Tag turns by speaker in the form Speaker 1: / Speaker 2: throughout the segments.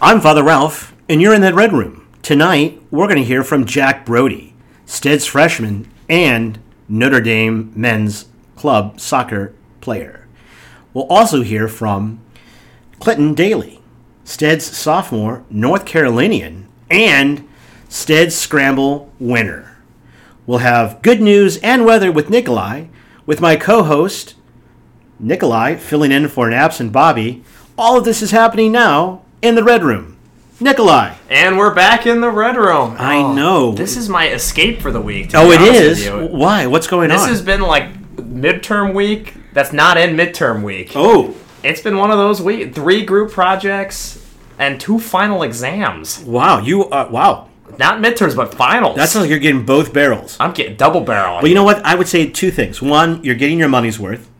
Speaker 1: I'm Father Ralph, and you're in that red room. Tonight, we're going to hear from Jack Brody, Stead's freshman and Notre Dame men's club soccer player. We'll also hear from Clinton Daly, Stead's sophomore, North Carolinian, and Stead's scramble winner. We'll have good news and weather with Nikolai, with my co host, Nikolai filling in for an absent Bobby. All of this is happening now in the Red Room. Nikolai.
Speaker 2: And we're back in the red room.
Speaker 1: I know.
Speaker 2: Oh, This is my escape for the week. to
Speaker 1: Oh,
Speaker 2: be
Speaker 1: it
Speaker 2: honest
Speaker 1: is?
Speaker 2: with you.
Speaker 1: Why? What's going
Speaker 2: This
Speaker 1: on?
Speaker 2: has been like midterm week. That's not in midterm week.
Speaker 1: oh,
Speaker 2: It's been one of those week three group projects and two final exams.
Speaker 1: wow. You are, wow.
Speaker 2: Not midterms, but finals.
Speaker 1: That sounds like you're getting both barrels.
Speaker 2: I'm getting double barrel.
Speaker 1: But Uh, you know what? I would say two things. One, you're getting your money's worth.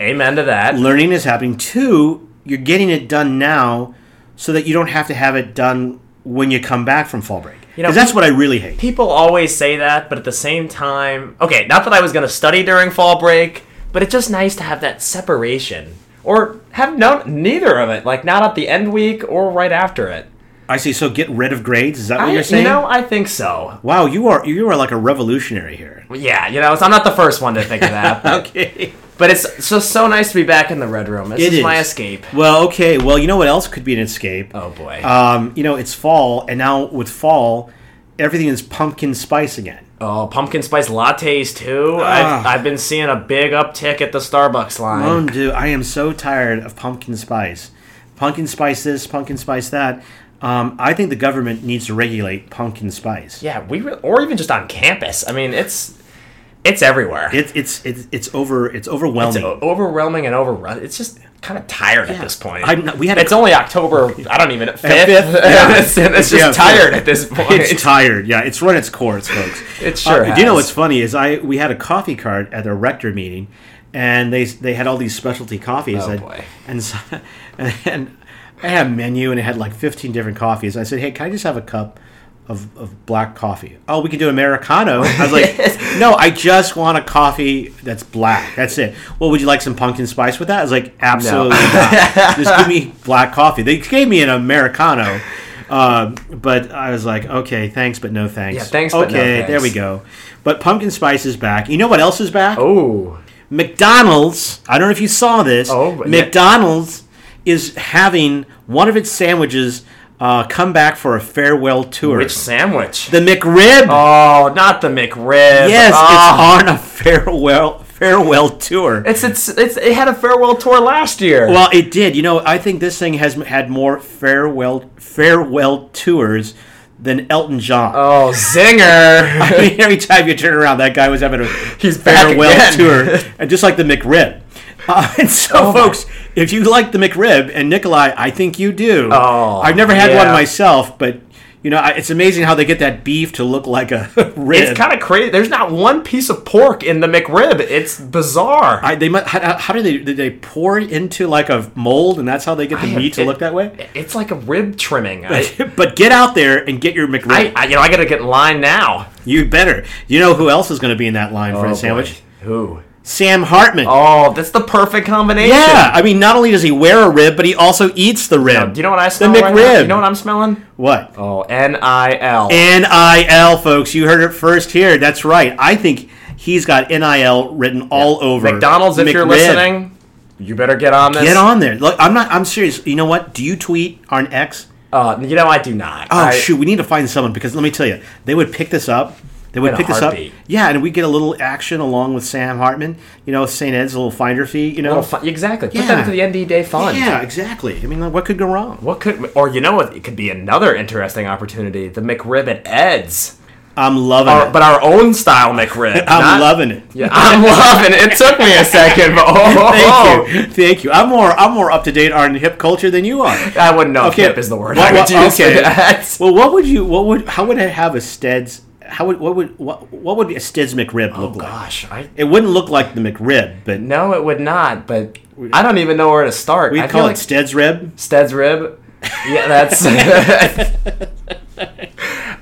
Speaker 2: Amen to that.
Speaker 1: Learning is happening. Two, you're getting it done now so that you don't have to have it done when you come back from fall break.
Speaker 2: You know,
Speaker 1: 'Cause that's what I really hate.
Speaker 2: People always say that, but at the same time, okay, not that I was going to study during fall break, but it's just nice to have that separation or have no neither of it, like not at the end week or right after it.
Speaker 1: I see. So get rid of grades. Is that what
Speaker 2: I,
Speaker 1: you're saying?
Speaker 2: You know, I think so.
Speaker 1: wow, you are you are like a revolutionary here.
Speaker 2: Yeah, you know, so I'm not the first one to think of that. But,
Speaker 1: Okay.
Speaker 2: but it's just so, nice to be back in the red room. This
Speaker 1: It
Speaker 2: is
Speaker 1: is.
Speaker 2: my escape.
Speaker 1: Well, okay. Well, you know what else could be an escape?
Speaker 2: Oh boy.
Speaker 1: Um, you know, it's fall, and now with fall, everything is pumpkin spice again.
Speaker 2: oh, pumpkin spice lattes too. I've,
Speaker 1: Ah.
Speaker 2: I've been seeing a big uptick at the Starbucks line.
Speaker 1: Oh, dude, I am so tired of pumpkin spice. Pumpkin spice this, pumpkin spice that. Um, I think the government needs to regulate pumpkin spice.
Speaker 2: Yeah, we re- or even just on campus. I mean, it's it's everywhere.
Speaker 1: It, it's it's it's over. It's overwhelming.
Speaker 2: it's o- overwhelming and overrun. It's just kind of tired at this point.
Speaker 1: I'm not- we had a-
Speaker 2: it's only October. I don't even fifth.
Speaker 1: fifth, yeah.
Speaker 2: it's, it's just
Speaker 1: Yeah, fifth.
Speaker 2: tired at this point.
Speaker 1: it's tired. Yeah, it's run its course, folks.
Speaker 2: It sure
Speaker 1: Uh, Do you know
Speaker 2: has.
Speaker 1: what's funny is I we had a coffee cart at the rector meeting, and they they had all these specialty coffees.
Speaker 2: Oh,
Speaker 1: and,
Speaker 2: boy.
Speaker 1: And so, and I had a menu and it had like fifteen different coffees. I said, hey, can I just have a cup? Of, of black coffee. Oh, we can do americano. I was like, no, I just want a coffee that's black. That's it. Well, would you like some pumpkin spice with that? I was like, absolutely not. Just give me black coffee. They gave me an americano, um, but I was like, okay, thanks, but no thanks.
Speaker 2: Yeah, thanks,
Speaker 1: Okay,
Speaker 2: but no thanks.
Speaker 1: there we go. But pumpkin spice is back. You know what else is back?
Speaker 2: oh,
Speaker 1: McDonald's. I don't know if you saw this.
Speaker 2: Oh, but-
Speaker 1: McDonald's is having one of its sandwiches uh, come back for a farewell tour.
Speaker 2: which sandwich?
Speaker 1: the McRib.
Speaker 2: Oh, not the McRib.
Speaker 1: yes,
Speaker 2: Oh.
Speaker 1: it's on a farewell farewell tour.
Speaker 2: It's, it's it's it had a farewell tour last year.
Speaker 1: Well, it did. You know, I think this thing has m- had more farewell farewell tours than Elton John.
Speaker 2: oh, zinger!
Speaker 1: I mean, every time you turn around, that guy was having a
Speaker 2: He's back
Speaker 1: farewell
Speaker 2: again. Oh
Speaker 1: tour, and just like the McRib. Uh, and so,
Speaker 2: my-
Speaker 1: folks, if you like the McRib, and Nikolai, I think you do.
Speaker 2: Oh,
Speaker 1: I've never had one
Speaker 2: yeah.
Speaker 1: myself, but you know, I, it's amazing how they get that beef to look like a rib.
Speaker 2: it's kind of crazy. There's not one piece of pork in the McRib. It's bizarre.
Speaker 1: I, they must, how, how do they? Did they pour it into like a mold, and that's how they get the
Speaker 2: I-
Speaker 1: meat to
Speaker 2: it-
Speaker 1: look that way?
Speaker 2: it's like a rib trimming. I,
Speaker 1: but get out there and get your McRib.
Speaker 2: I, I you know I gotta get in line now. Oh,
Speaker 1: you better. You know who else is going to be in that line for a sandwich?
Speaker 2: Who?
Speaker 1: Sam Hartman.
Speaker 2: Oh, that's the perfect combination.
Speaker 1: Yeah, I mean, not only does he wear a rib, but he also eats the rib.
Speaker 2: Do you know what I smell?
Speaker 1: The
Speaker 2: right now?
Speaker 1: McRib.
Speaker 2: You know what I'm smelling?
Speaker 1: what?
Speaker 2: Oh, N I L.
Speaker 1: NIL, folks. You heard it first here. That's right. I think he's got NIL written all over
Speaker 2: McDonald's, if you're
Speaker 1: McRib.
Speaker 2: listening, you better get on this.
Speaker 1: Get on there. Look, I'm not. I'm serious. You know what? Do you tweet on X?
Speaker 2: Uh, you know I do not.
Speaker 1: Oh
Speaker 2: I,
Speaker 1: shoot, we need to find someone because let me tell you, they would pick this up. They would
Speaker 2: In a
Speaker 1: pick this up.
Speaker 2: heartbeat.
Speaker 1: Yeah, and we get a little action along with Sam Hartman. You know, St. Ed's a little finder fee. You know,
Speaker 2: Well, fu- exactly. Put
Speaker 1: Yeah.
Speaker 2: that into the ND Day fund.
Speaker 1: yeah, exactly. I mean, like, what could go wrong?
Speaker 2: What could, or you know what, it could be another interesting opportunity the McRib at Ed's.
Speaker 1: I'm loving
Speaker 2: Our-
Speaker 1: it.
Speaker 2: but our own style McRib.
Speaker 1: I'm
Speaker 2: not-
Speaker 1: loving it.
Speaker 2: Yeah, I'm loving it. It took me a second, but oh,
Speaker 1: Thank you, thank you. I'm more I'm more up to date on hip culture than you are.
Speaker 2: I wouldn't know
Speaker 1: Okay.
Speaker 2: if hip is the word
Speaker 1: What-
Speaker 2: I would
Speaker 1: what-
Speaker 2: use
Speaker 1: okay.
Speaker 2: for that.
Speaker 1: Well, what would you? What would? How would I have a Steads? How would? What would? What, what would a Steads McRib look like?
Speaker 2: Gosh, I
Speaker 1: It wouldn't look like the McRib, but
Speaker 2: Oh, no, it would not. But I don't even know where to start.
Speaker 1: we
Speaker 2: I
Speaker 1: call
Speaker 2: feel
Speaker 1: it Steads Rib.
Speaker 2: Stead's rib. Yeah, that's.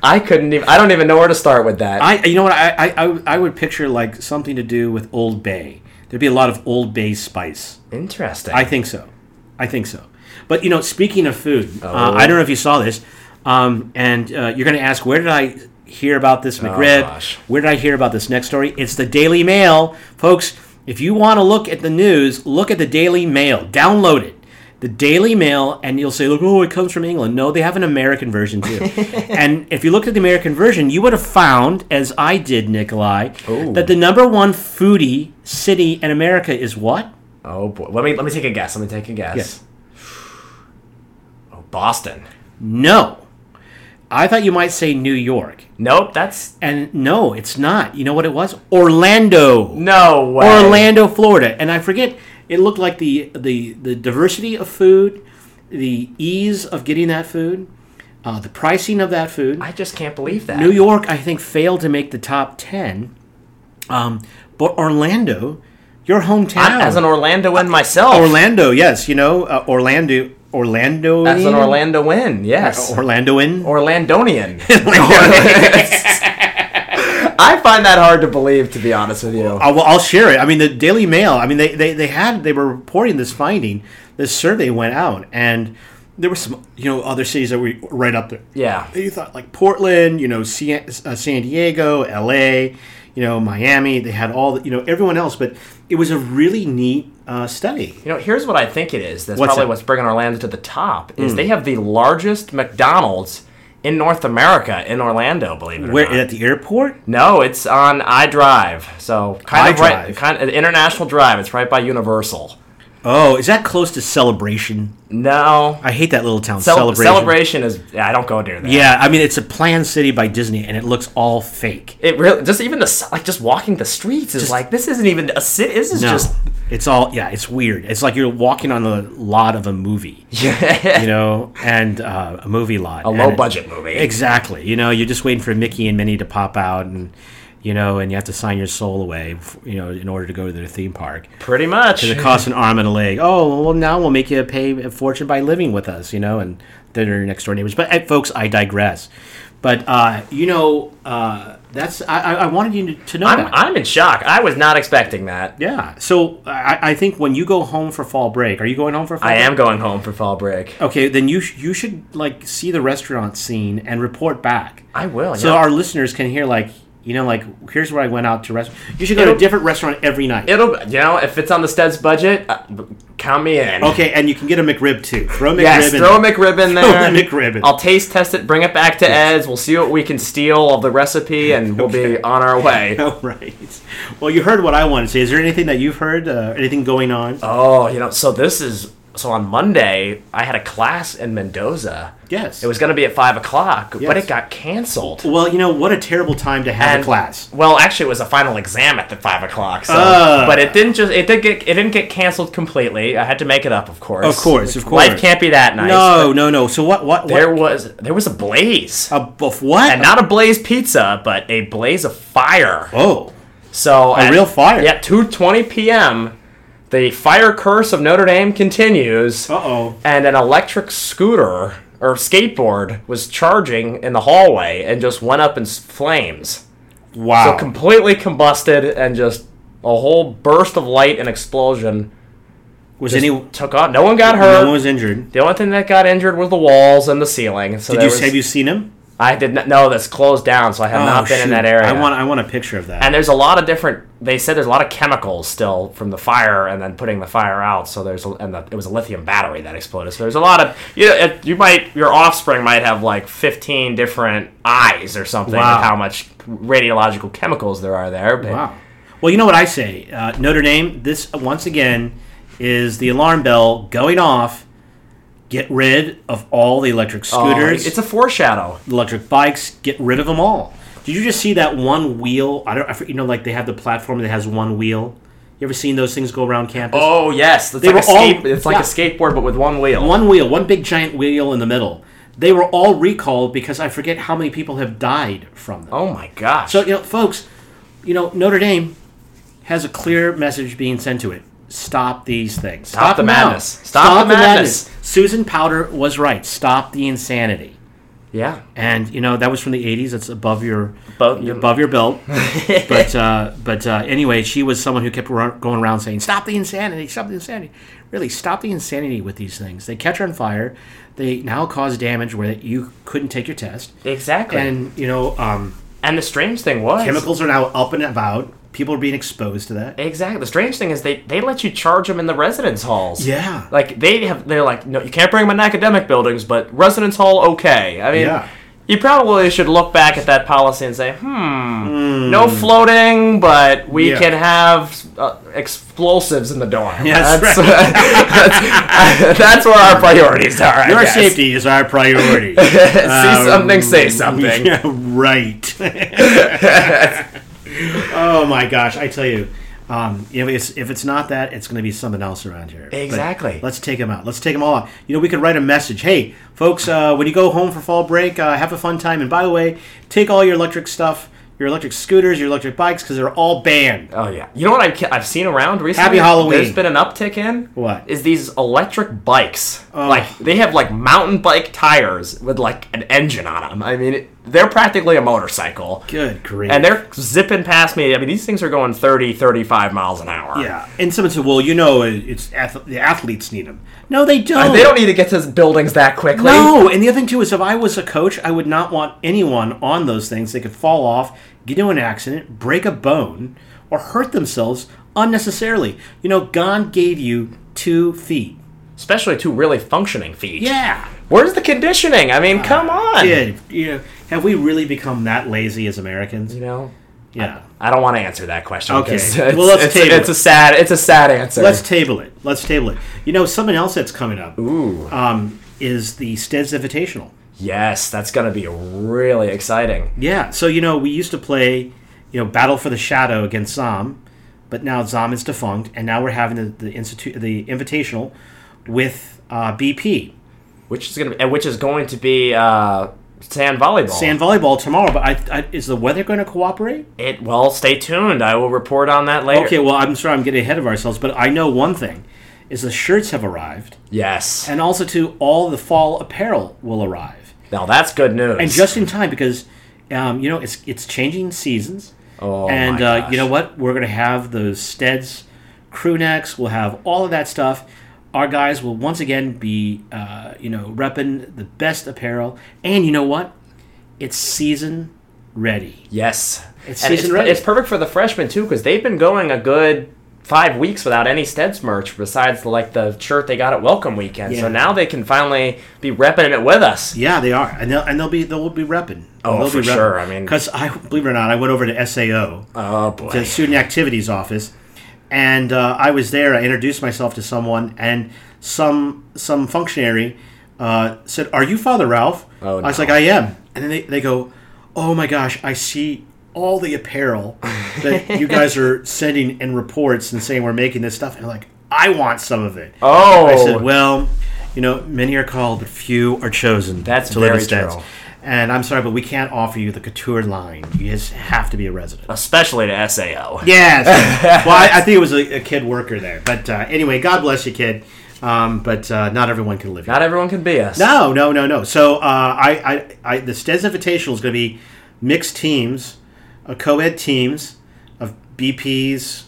Speaker 2: I couldn't even. I don't even know where to start with that.
Speaker 1: I, you know what? I, I- I, I would picture like something to do with Old Bay. There'd be a lot of Old Bay spice.
Speaker 2: Interesting.
Speaker 1: I think so. I think so. But you know, speaking of food, uh, I don't know if you saw this, um, and uh, you're going to ask, where did I hear about this McRib?
Speaker 2: gosh.
Speaker 1: Where did I hear about this next story? It's the Daily Mail, folks. If you want to look at the news, look at the Daily Mail. Download it, the Daily Mail, and you'll say, "Look, oh, it comes from England." No, they have an American version too. and if you looked at the American version, you would have found, as I did, Nikolai,
Speaker 2: Ooh.
Speaker 1: that the number one foodie city in America is what?
Speaker 2: Oh boy. Let me let me take a guess. Let me take a guess.
Speaker 1: Yes.
Speaker 2: Oh, Boston.
Speaker 1: No. I thought you might say New York.
Speaker 2: Nope, that's
Speaker 1: And no, it's not. You know what it was? Orlando.
Speaker 2: no way.
Speaker 1: Orlando, Florida. And I forget it looked like the the the diversity of food, the ease of getting that food, uh, the pricing of that food.
Speaker 2: I just can't believe that.
Speaker 1: New York, I think, failed to make the top 10. Um, but Orlando, your hometown.
Speaker 2: I'm- as an Orlandoan myself.
Speaker 1: Orlando, yes, you know, uh, Orlando Orlando
Speaker 2: As an Orlandoan, yes.
Speaker 1: Orlandoan.
Speaker 2: Orlandonian. I find that hard to believe, to be honest with you.
Speaker 1: I will, I'll share it. I mean, the Daily Mail. I mean, they, they, they had they were reporting this finding. This survey went out, and there were some you know other cities that were right up there.
Speaker 2: Yeah.
Speaker 1: You thought like Portland, you know, San, uh, San Diego, L.A., you know, Miami. They had all the, you know everyone else, but it was a really neat uh, study.
Speaker 2: You know, here's what I think it is. That's
Speaker 1: What's Hmm.
Speaker 2: probably
Speaker 1: that?
Speaker 2: what's bringing Orlando to the top is they have the largest McDonald's in North America in Orlando. Believe it
Speaker 1: Where
Speaker 2: or not.
Speaker 1: at the airport?
Speaker 2: no, it's on I Drive. So kind of right,
Speaker 1: iDrive.
Speaker 2: kind of International Drive. It's right by Universal.
Speaker 1: Oh, is that close to Celebration?
Speaker 2: No,
Speaker 1: I hate that little town.
Speaker 2: Cel-
Speaker 1: celebration.
Speaker 2: celebration. is. I don't go near that.
Speaker 1: Yeah, I mean it's a planned city by Disney, and it looks all fake.
Speaker 2: It really just even the s- like just walking the streets is like this isn't even a city. This is
Speaker 1: No,
Speaker 2: just
Speaker 1: it's all yeah. It's weird. It's like you're walking on the lot of a movie, you know, and uh, a movie lot,
Speaker 2: a low budget movie.
Speaker 1: Exactly. You know, you're just waiting for Mickey and Minnie to pop out, and you know, and you have to sign your soul away, f- you know, in order to go to their theme park.
Speaker 2: Pretty much.
Speaker 1: It costs an arm and a leg. Oh well, now we'll make you pay a fortune by living with us, you know, and then your next door neighbors. But eh, folks, I digress. But uh, you know, uh, that's I, I I wanted you to know.
Speaker 2: I'm
Speaker 1: that.
Speaker 2: I'm in shock. I was not expecting that.
Speaker 1: Yeah. So I, I think when you go home for fall break, are you going home for fall
Speaker 2: I
Speaker 1: break?
Speaker 2: am going home for fall break.
Speaker 1: Okay, then you sh- you should like see the restaurant scene and report back.
Speaker 2: I will.
Speaker 1: So
Speaker 2: yeah.
Speaker 1: our listeners can hear like you know like here's where I went out to restaurant. You should go to
Speaker 2: It'll-
Speaker 1: a different restaurant every night.
Speaker 2: It'll, you know, if it's on the Steads budget, uh, count me in.
Speaker 1: okay, and you can get a McRib too. Throw a McRib
Speaker 2: Yes,
Speaker 1: in.
Speaker 2: throw a McRib in there.
Speaker 1: the McRib in.
Speaker 2: I'll taste test it, bring it back to Ed's. We'll see what we can steal of the recipe, and we'll be on our way.
Speaker 1: All right. Well, you heard what I wanted to say. Is there anything that you've heard? Uh, anything going on?
Speaker 2: Oh, you know, so this is so on Monday. I had a class in Mendoza.
Speaker 1: yes.
Speaker 2: It was going to be at five o'clock, but
Speaker 1: Yes.
Speaker 2: it got canceled.
Speaker 1: Well, you know what a terrible time to have a class.
Speaker 2: Well, actually, it was a final exam at the five o'clock. So,
Speaker 1: Ah.
Speaker 2: but it didn't just it did get it didn't get canceled completely. I had to make it up, of course.
Speaker 1: Of course, of course.
Speaker 2: Life can't be that nice.
Speaker 1: No, no, no. So what? What?
Speaker 2: There
Speaker 1: what?
Speaker 2: was there was a blaze,
Speaker 1: A, of what?
Speaker 2: and not a blaze pizza, but a blaze of fire.
Speaker 1: oh.
Speaker 2: So a
Speaker 1: real fire.
Speaker 2: Yeah, two twenty p.m. The fire curse of Notre Dame continues,
Speaker 1: Uh oh.
Speaker 2: and an electric scooter or skateboard was charging in the hallway and just went up in s- flames.
Speaker 1: Wow.
Speaker 2: So completely combusted and just a whole burst of light and explosion
Speaker 1: was
Speaker 2: just
Speaker 1: any
Speaker 2: took on. No one got hurt.
Speaker 1: no one was injured?
Speaker 2: the only thing that got injured was the walls and the ceiling. So
Speaker 1: Did
Speaker 2: there
Speaker 1: you
Speaker 2: was-
Speaker 1: have you seen him? Oh,
Speaker 2: I did not know that's closed down, so I have not been in that area.
Speaker 1: I want I want a picture of that.
Speaker 2: and there's a lot of different. They said there's a lot of chemicals still from the fire, and then putting the fire out. So there's a, and the, it was a lithium battery that exploded. So there's a lot of you. Know, it, you might your offspring might have like 15 different eyes or something.
Speaker 1: Wow.
Speaker 2: With how much radiological chemicals there are there? But
Speaker 1: wow. Well, you know what I say, uh, Notre Dame. This once again is the alarm bell going off. Get rid of all the electric
Speaker 2: Oh,
Speaker 1: scooters,
Speaker 2: it's a foreshadow.
Speaker 1: electric bikes. Get rid of them all. Did you just see that one wheel? I don't. I, forget- you know, like they have the platform that has one wheel. You ever seen those things go around campus?
Speaker 2: Oh yes, it's
Speaker 1: were
Speaker 2: like a skate,
Speaker 1: all-
Speaker 2: it's like
Speaker 1: yeah.
Speaker 2: a skateboard but with one wheel.
Speaker 1: One wheel, one big giant wheel in the middle. They were all recalled because I forget how many people have died from them.
Speaker 2: Oh my gosh.
Speaker 1: So, you know, folks, you know, Notre Dame has a clear message being sent to it. Stop these things. Stop,
Speaker 2: the
Speaker 1: them out.
Speaker 2: madness. Stop the madness.
Speaker 1: Susan Powder was right. Stop the insanity.
Speaker 2: Yeah.
Speaker 1: and you know that was from the 80s it's above your
Speaker 2: Above-
Speaker 1: you're above your belt but uh, but uh, anyway she was someone who kept run, going around saying stop the insanity stop the insanity really stop the insanity with these things they catch on fire they now cause damage where you couldn't take your test
Speaker 2: Exactly. And,
Speaker 1: and you know um,
Speaker 2: the strange thing was
Speaker 1: chemicals are now up and about people are being exposed to that
Speaker 2: Exactly. The strange thing is they they let you charge them in the residence halls.
Speaker 1: Yeah.
Speaker 2: Like they have they're like no you can't bring them in academic buildings but residence hall okay. I mean
Speaker 1: Yeah.
Speaker 2: you probably should look back at that policy and say hmm no floating but we
Speaker 1: Hmm. Yeah.
Speaker 2: can have uh, explosives in the dorm.
Speaker 1: Yes,
Speaker 2: that's, that's, that's where our priorities are. I
Speaker 1: your
Speaker 2: guess.
Speaker 1: safety uh, is our priority
Speaker 2: See something, say something.
Speaker 1: Yeah, right. oh my gosh, I tell you, um, if it's if it's not that, it's going to be something else around here. But
Speaker 2: Exactly.
Speaker 1: let's take them out. Let's take them all out. You know, we could write a message. Hey, folks, uh, when you go home for fall break, uh, have a fun time. And by the way, take all your electric stuff, your electric scooters, your electric bikes, because they're all banned.
Speaker 2: Oh yeah, you know what I've, I've seen around recently.
Speaker 1: Happy Halloween.
Speaker 2: There's been an uptick in
Speaker 1: What? Oh.
Speaker 2: is these electric bikes? Like they have like mountain bike tires with like an engine on them. I mean, it, they're practically a motorcycle,
Speaker 1: Good grief.
Speaker 2: and they're zipping past me. I mean, these things are going 30, 35 miles an hour.
Speaker 1: yeah. And someone said, well, you know, it's ath- the athletes need them. No, they don't.
Speaker 2: And Uh, they don't need to get to buildings that quickly.
Speaker 1: No, and the other thing too is if I was a coach, I would not want anyone on those things. They could fall off, get into an accident, break a bone, or hurt themselves unnecessarily. You know, God gave you two feet.
Speaker 2: especially two really functioning feet.
Speaker 1: Yeah. Ah,
Speaker 2: Where's the conditioning? I mean, come on.
Speaker 1: Kid, you know, have we really become that lazy as Americans?
Speaker 2: You know.
Speaker 1: Yeah.
Speaker 2: I don't want to answer that question.
Speaker 1: Okay.
Speaker 2: because It's,
Speaker 1: Well, let's
Speaker 2: it's,
Speaker 1: table
Speaker 2: it's
Speaker 1: it.
Speaker 2: a sad. It's a sad answer.
Speaker 1: Let's table it. Let's table it. You know, something else that's coming up Um, is the Steads Invitational.
Speaker 2: Yes, that's gonna be really exciting.
Speaker 1: Yeah. So you know, we used to play, you know, Battle for the Shadow against Zom, but now Zom is defunct, and now we're having the, the institute, the Invitational, with uh, BP
Speaker 2: Which is gonna be, and which is going to be uh, sand volleyball.
Speaker 1: sand volleyball tomorrow. But I, I, is the weather going to cooperate?
Speaker 2: It well, stay tuned. I will report on that later.
Speaker 1: Okay. Well, I'm sorry, I'm getting ahead of ourselves, but I know one thing: is the shirts have arrived,
Speaker 2: Yes.
Speaker 1: and also too, all the fall apparel will arrive,
Speaker 2: Now that's good news.
Speaker 1: and just in time because, um, you know, it's it's changing seasons.
Speaker 2: oh
Speaker 1: and
Speaker 2: my
Speaker 1: uh,
Speaker 2: gosh.
Speaker 1: you know what? We're gonna have those Steds crew necks. We'll have all of that stuff. Our guys will once again be, uh, you know, repping the best apparel. And you know what? It's season ready.
Speaker 2: Yes.
Speaker 1: It's
Speaker 2: And
Speaker 1: season ready.
Speaker 2: it's perfect for the freshmen too, because they've been going a good five weeks without any Steds merch besides like the shirt they got at Welcome Weekend.
Speaker 1: Yeah.
Speaker 2: So now they can finally be repping it with us.
Speaker 1: Yeah, they are, and they'll and they'll be they'll be repping.
Speaker 2: Oh, for sure. I mean-
Speaker 1: because I believe it or not, I went over to SAO.
Speaker 2: Oh boy.
Speaker 1: the student activities office, and uh, I was there. I introduced myself to someone, and some some functionary uh, said, "Are you Father Ralph?"
Speaker 2: Oh,
Speaker 1: I was
Speaker 2: no.
Speaker 1: like, "I am," and then they, they go, "Oh my gosh, I see." All the apparel that you guys are sending in reports and saying we're making this stuff, and like, I want some of it.
Speaker 2: oh.
Speaker 1: I said, well, you know, many are called, but few are chosen.
Speaker 2: That's
Speaker 1: to live
Speaker 2: very
Speaker 1: as dads."
Speaker 2: true.
Speaker 1: And I'm sorry, but we can't offer you the couture line. You just have to be a resident.
Speaker 2: especially to SAO.
Speaker 1: Yes. well, I, I think it was a, a kid worker there. But uh, anyway, God bless you, kid. Um, but uh, not everyone can live here.
Speaker 2: Not everyone can be us.
Speaker 1: No, no, no, no. So uh, I, I, I, the Steds Invitational is going to be mixed teams, uh, co-ed teams of BPs.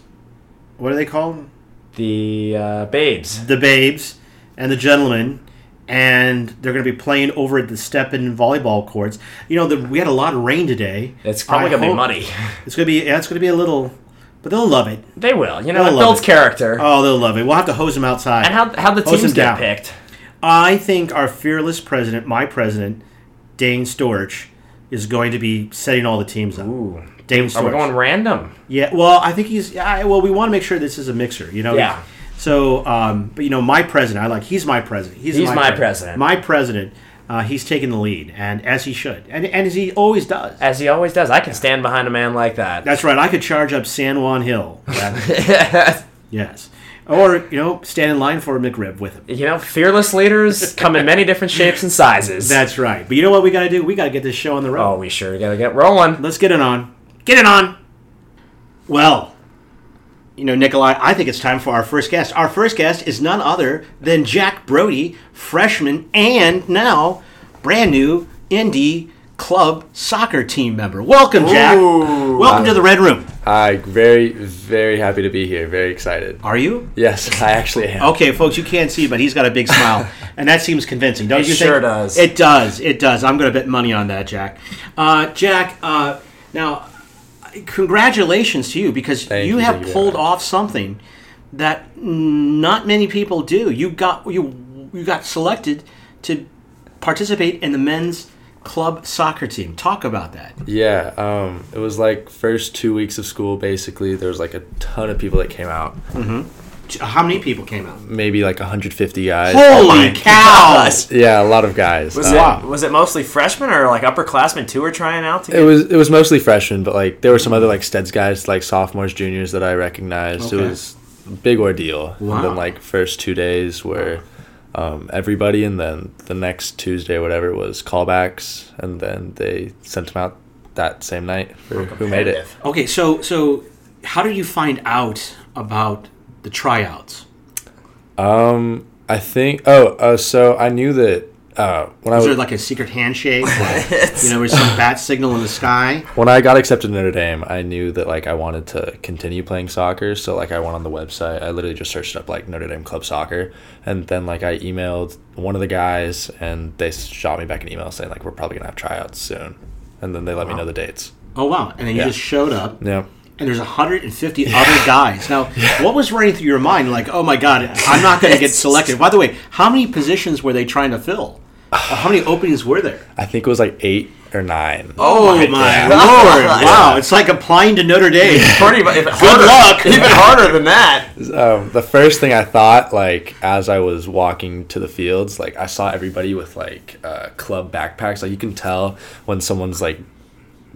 Speaker 1: What are they called?
Speaker 2: The uh, babes.
Speaker 1: The babes and the gentlemen. And they're going to be playing over at the Steppen volleyball courts. You know, the, we had a lot of rain today.
Speaker 2: It's probably
Speaker 1: I
Speaker 2: gonna be
Speaker 1: hope-
Speaker 2: muddy.
Speaker 1: It's going to be. Yeah, it's going to be a little, but they'll love it.
Speaker 2: They will. You know,
Speaker 1: I
Speaker 2: it Uh,
Speaker 1: love
Speaker 2: builds
Speaker 1: it.
Speaker 2: character.
Speaker 1: Oh, they'll love it. We'll have to hose them outside.
Speaker 2: and how how the
Speaker 1: Hose them
Speaker 2: teams get
Speaker 1: down.
Speaker 2: picked.
Speaker 1: I think our fearless president, my president, Dane Storch, is going to be setting all the teams up.
Speaker 2: Ooh.
Speaker 1: Dane
Speaker 2: Are
Speaker 1: Storch.
Speaker 2: we going random?
Speaker 1: yeah. Well, I think he's. I, well, we want to make sure this is a mixer. You know.
Speaker 2: Yeah.
Speaker 1: So, um, but you know, my president, I like. He's my president. He's,
Speaker 2: He's my
Speaker 1: pre-
Speaker 2: president.
Speaker 1: My president. Uh, he's taking the lead, and as he should, and and as he always does.
Speaker 2: As he always does. I can stand behind a man like that.
Speaker 1: That's right. I could charge up San Juan Hill. yes. Or you know, stand in line for a McRib with him.
Speaker 2: You know, fearless leaders come in many different shapes and sizes.
Speaker 1: That's right. But you know what we got to do? We got to get this show on the road.
Speaker 2: oh, we sure gotta get rolling.
Speaker 1: Let's get it on. Get it on. Well, you know, Nikolai, I think it's time for our first guest. Our first guest is none other than Jack Brody, freshman and now brand new Indy club soccer team member. Welcome, Jack.
Speaker 3: Ooh.
Speaker 1: Welcome to the Red Room.
Speaker 3: I very very happy to be here. Very excited.
Speaker 1: Are you?
Speaker 3: Yes, I actually
Speaker 2: Oh.
Speaker 3: am.
Speaker 1: Okay, folks, you can't see, but he's got a big smile, and that seems convincing, don't
Speaker 2: It
Speaker 1: you think?
Speaker 2: sure does.
Speaker 1: It does. It does. I'm going to bet money on that, Jack. Uh, Jack, uh, now, congratulations to you because
Speaker 3: Thank
Speaker 1: you
Speaker 3: you,
Speaker 1: have
Speaker 3: thank you very
Speaker 1: pulled
Speaker 3: much.
Speaker 1: off something that not many people do. You got you you got selected to participate in the men's club soccer team. Talk about that.
Speaker 3: Yeah, um, it was like first two weeks of school. Basically, there was like a ton of people that came out.
Speaker 1: How many people came out?
Speaker 3: Maybe like 150 guys.
Speaker 1: Holy
Speaker 3: combined.
Speaker 1: cow!
Speaker 3: Yeah, a lot of guys.
Speaker 2: Was
Speaker 3: Um,
Speaker 2: it was it mostly freshmen or like upperclassmen too were trying out to
Speaker 3: It
Speaker 2: get
Speaker 3: was it was mostly freshmen, but like there were some other like Steds guys, like sophomores, juniors that I recognized.
Speaker 1: Okay.
Speaker 3: It was a big ordeal.
Speaker 1: Wow.
Speaker 3: And then like first two days were um, everybody, and then the next Tuesday, whatever was callbacks, and then they sent them out that same night for who made it.
Speaker 2: competitive?
Speaker 1: Okay, so so how do you find out about the tryouts?
Speaker 3: Um, I think. Oh, uh, so I knew that uh, when I
Speaker 1: Was there
Speaker 3: was,
Speaker 1: like a secret handshake? Like, you know, was some bat signal in the sky?
Speaker 3: when I got accepted to Notre Dame, I knew that like I wanted to continue playing soccer. So like I went on the website. I literally just searched up like Notre Dame club soccer, and then like I emailed one of the guys, and they shot me back an email saying like we're probably gonna have tryouts soon, and then they let me know the dates.
Speaker 1: Oh wow! And then you
Speaker 3: Yeah.
Speaker 1: just showed up,
Speaker 3: Yeah.
Speaker 1: and there's 150 other guys. Now, what was running through your mind? Like, oh my god, I'm not going to get selected. By the way, how many positions were they trying to fill? Uh, How many openings were there?
Speaker 3: I think it was like eight or nine.
Speaker 1: Oh my, lord! Wow, it's like applying to Notre Dame.
Speaker 2: Pretty much. Good
Speaker 1: luck.
Speaker 2: Even harder than that.
Speaker 3: um, the first thing I thought, like as I was walking to the fields, like I saw everybody with like uh, club backpacks. Like you can tell when someone's like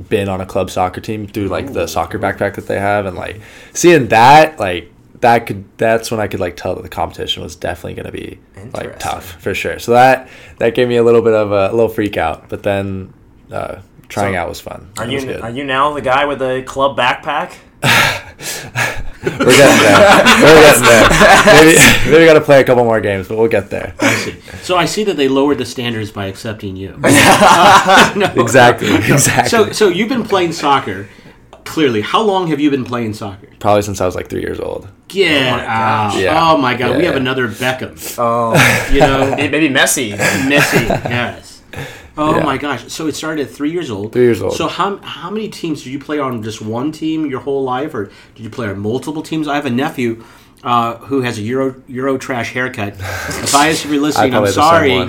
Speaker 3: been on a club soccer team through like the soccer backpack that they have, and like seeing that, like that could that's when I could like tell that the competition was definitely gonna be
Speaker 2: Interesting.
Speaker 3: like tough for sure. So that that gave me a little bit of a, a little freak out, but then uh, trying
Speaker 2: So,
Speaker 3: out was fun.
Speaker 2: Are
Speaker 3: That was
Speaker 2: you
Speaker 3: good.
Speaker 2: are you now the guy with the club backpack?
Speaker 3: We're getting there. We're getting there. Maybe, maybe we got to play a couple more games, but we'll get there.
Speaker 1: So I see that they lowered the standards by accepting you.
Speaker 3: Exactly. Exactly.
Speaker 1: So, so you've been playing soccer. Clearly, how long have you been playing soccer?
Speaker 3: Probably since I was like three years old.
Speaker 1: Get
Speaker 2: Oh
Speaker 1: out!
Speaker 2: my gosh.
Speaker 3: Yeah.
Speaker 1: Oh my god, we
Speaker 3: Yeah,
Speaker 1: have
Speaker 3: yeah.
Speaker 1: another Beckham.
Speaker 2: Oh,
Speaker 1: You know,
Speaker 2: maybe Messi.
Speaker 1: Messi. Yes. Oh
Speaker 3: Yeah.
Speaker 1: my gosh! So it started at three years old.
Speaker 3: Three years old.
Speaker 1: So how how many teams did you play on? Just one team your whole life, or did you play on multiple teams? I have a nephew. Uh, who has a Euro Euro trash haircut? Matthias, if you're listening, I'm
Speaker 3: play the
Speaker 1: sorry,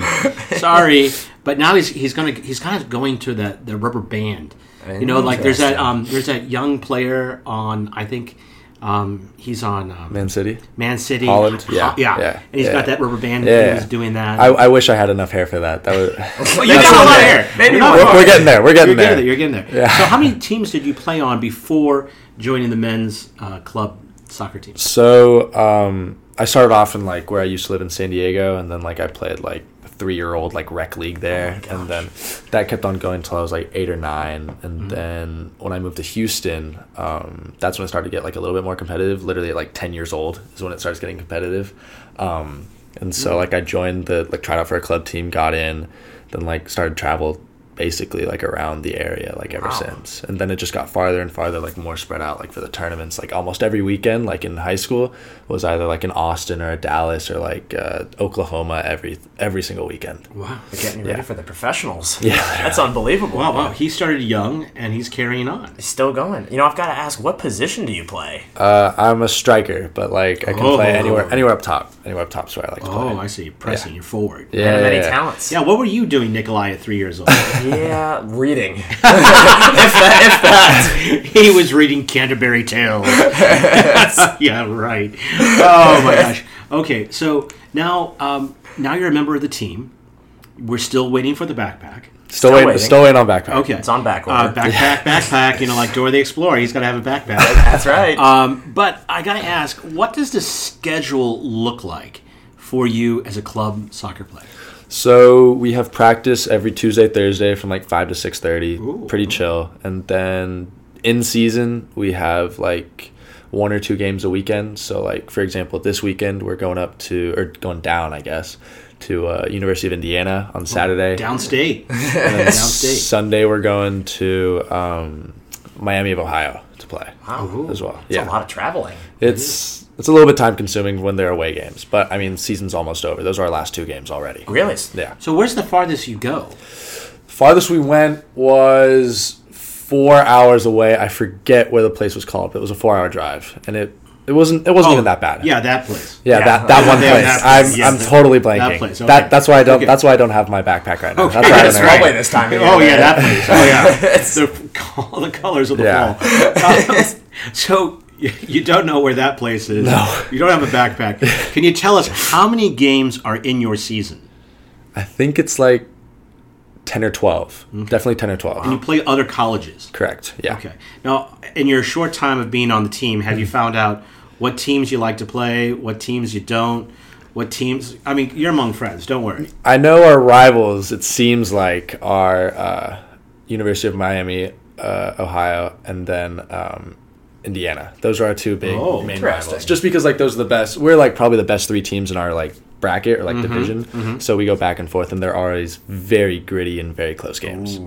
Speaker 3: same
Speaker 1: sorry, but now he's he's gonna he's kind of going to the, the rubber band. You know, like there's that um there's that young player on I think um he's on um,
Speaker 3: Man City.
Speaker 1: Man City,
Speaker 3: Holland?
Speaker 1: Ho-
Speaker 3: Yeah,
Speaker 1: yeah,
Speaker 3: yeah,
Speaker 1: and he's got
Speaker 3: yeah.
Speaker 1: that rubber band.
Speaker 3: Yeah,
Speaker 1: Yeah,
Speaker 3: yeah.
Speaker 1: he's doing that.
Speaker 3: I, I wish I had enough hair for that. That was.
Speaker 1: Well, you
Speaker 3: That's
Speaker 1: got a
Speaker 3: what
Speaker 1: lot of
Speaker 3: I'm
Speaker 1: hair.
Speaker 3: saying.
Speaker 2: Maybe
Speaker 1: You're not
Speaker 2: more.
Speaker 3: We're, we're getting there. We're
Speaker 1: You're getting
Speaker 3: getting there.
Speaker 1: there. You're getting there. So, how many teams did you play on before joining the men's uh, club soccer team?
Speaker 3: So um, I started off in like where I used to live in San Diego, and then like I played like three year old like rec league there, and then that kept on going until I was like eight or nine, and then when I moved to Houston, um, that's when it started to get like a little bit more competitive. Literally at like ten years old is when it starts getting competitive, um, and so like I joined the like tried out for a club team, got in, then like started travel basically like around the area like ever
Speaker 2: Wow.
Speaker 3: since events. and then it just got farther and farther like more spread out like for the tournaments like almost every weekend like in high school was either like in austin or dallas or like uh, oklahoma every every single weekend
Speaker 1: Wow,
Speaker 2: Getting you ready for the professionals.
Speaker 3: Yeah.
Speaker 2: that's unbelievable.
Speaker 1: Oh, wow, wow! He started young and he's carrying on.
Speaker 2: He's still going. You know, I've got to ask, what position do you play?
Speaker 3: uh, i'm a striker but like i can
Speaker 1: Oh.
Speaker 3: play anywhere anywhere up top anywhere up top's where i like to
Speaker 1: Oh,
Speaker 3: play
Speaker 1: I see. Pressing, you're forward.
Speaker 3: yeah,
Speaker 2: And many
Speaker 3: yeah, yeah.
Speaker 2: talents.
Speaker 1: Yeah, what were you doing, Nikolai, at three years old?
Speaker 2: Yeah, reading. if that, if that.
Speaker 1: he was reading Canterbury Tales. yeah, right. Oh my gosh. Okay, so now, um, now you're a member of the team. We're still waiting for the backpack.
Speaker 3: still, waiting,
Speaker 2: waiting.
Speaker 3: still waiting on backpack
Speaker 1: Okay,
Speaker 2: It's on back
Speaker 1: Uh,
Speaker 2: order.
Speaker 1: backpack, backpack. You know, like Dora the Explorer. He's got to have a backpack.
Speaker 2: That's right.
Speaker 1: Um, but I gotta ask, what does the schedule look like for you as a club soccer player?
Speaker 3: So we have practice every Tuesday, Thursday from like five to six thirty. Pretty chill. And then in season we have like one or two games a weekend. So like for example, this weekend we're going up to or going down, I guess, to uh, University of Indiana
Speaker 2: Oh,
Speaker 3: on Saturday.
Speaker 1: Downstate. Uh,
Speaker 3: and then
Speaker 1: downstate.
Speaker 3: Sunday we're going to um, Miami of Ohio to play
Speaker 2: Wow.
Speaker 3: as well.
Speaker 2: It's a
Speaker 3: yeah,
Speaker 2: lot of traveling.
Speaker 3: it's it's a little bit time consuming when they're away games, but I mean season's almost over. Those are our last two games already.
Speaker 2: Really?
Speaker 3: Yeah.
Speaker 1: So where's the farthest you go?
Speaker 3: Farthest we went was four hours away. I forget where the place was called, but it was a four hour drive, and it it wasn't it wasn't even that bad.
Speaker 1: Oh, Yeah, that place.
Speaker 3: Yeah,
Speaker 2: Yeah.
Speaker 3: that, that one
Speaker 1: Yeah,
Speaker 3: place.
Speaker 1: that place.
Speaker 3: I'm,
Speaker 1: Yeah.
Speaker 3: I'm totally blanking. That,
Speaker 1: place, okay.
Speaker 3: that that's why I don't
Speaker 1: Okay.
Speaker 3: that's why I don't have my backpack right now. That's
Speaker 1: Okay,
Speaker 3: why I
Speaker 2: It's
Speaker 1: that's
Speaker 3: don't
Speaker 1: right.
Speaker 3: know.
Speaker 2: Subway this time. of year,
Speaker 1: Oh yeah,
Speaker 2: man.
Speaker 1: that place. Oh yeah, the, col- the colors of the
Speaker 3: Yeah.
Speaker 1: wall. Uh, so y- you don't know where that place is.
Speaker 3: No.
Speaker 1: you don't have a backpack. Can you tell us how many games are in your season?
Speaker 3: I think it's like ten or 12 Definitely ten or twelve.
Speaker 1: Mm-hmm. You play other colleges.
Speaker 3: Correct. Yeah.
Speaker 1: Okay. Now, in your short time of being on the team, have you found out what teams you like to play, what teams you don't, what teams? I mean, you're among friends. Don't worry.
Speaker 3: I know our rivals. It seems like are uh, University of Miami, uh, Ohio, and then um, Indiana. Those are our two big
Speaker 1: Oh,
Speaker 3: main
Speaker 2: interesting.
Speaker 3: rivals. Just because like those are the best. We're like probably the best three teams in our like bracket or like division. So we go back and forth, and they're always very gritty and very close games.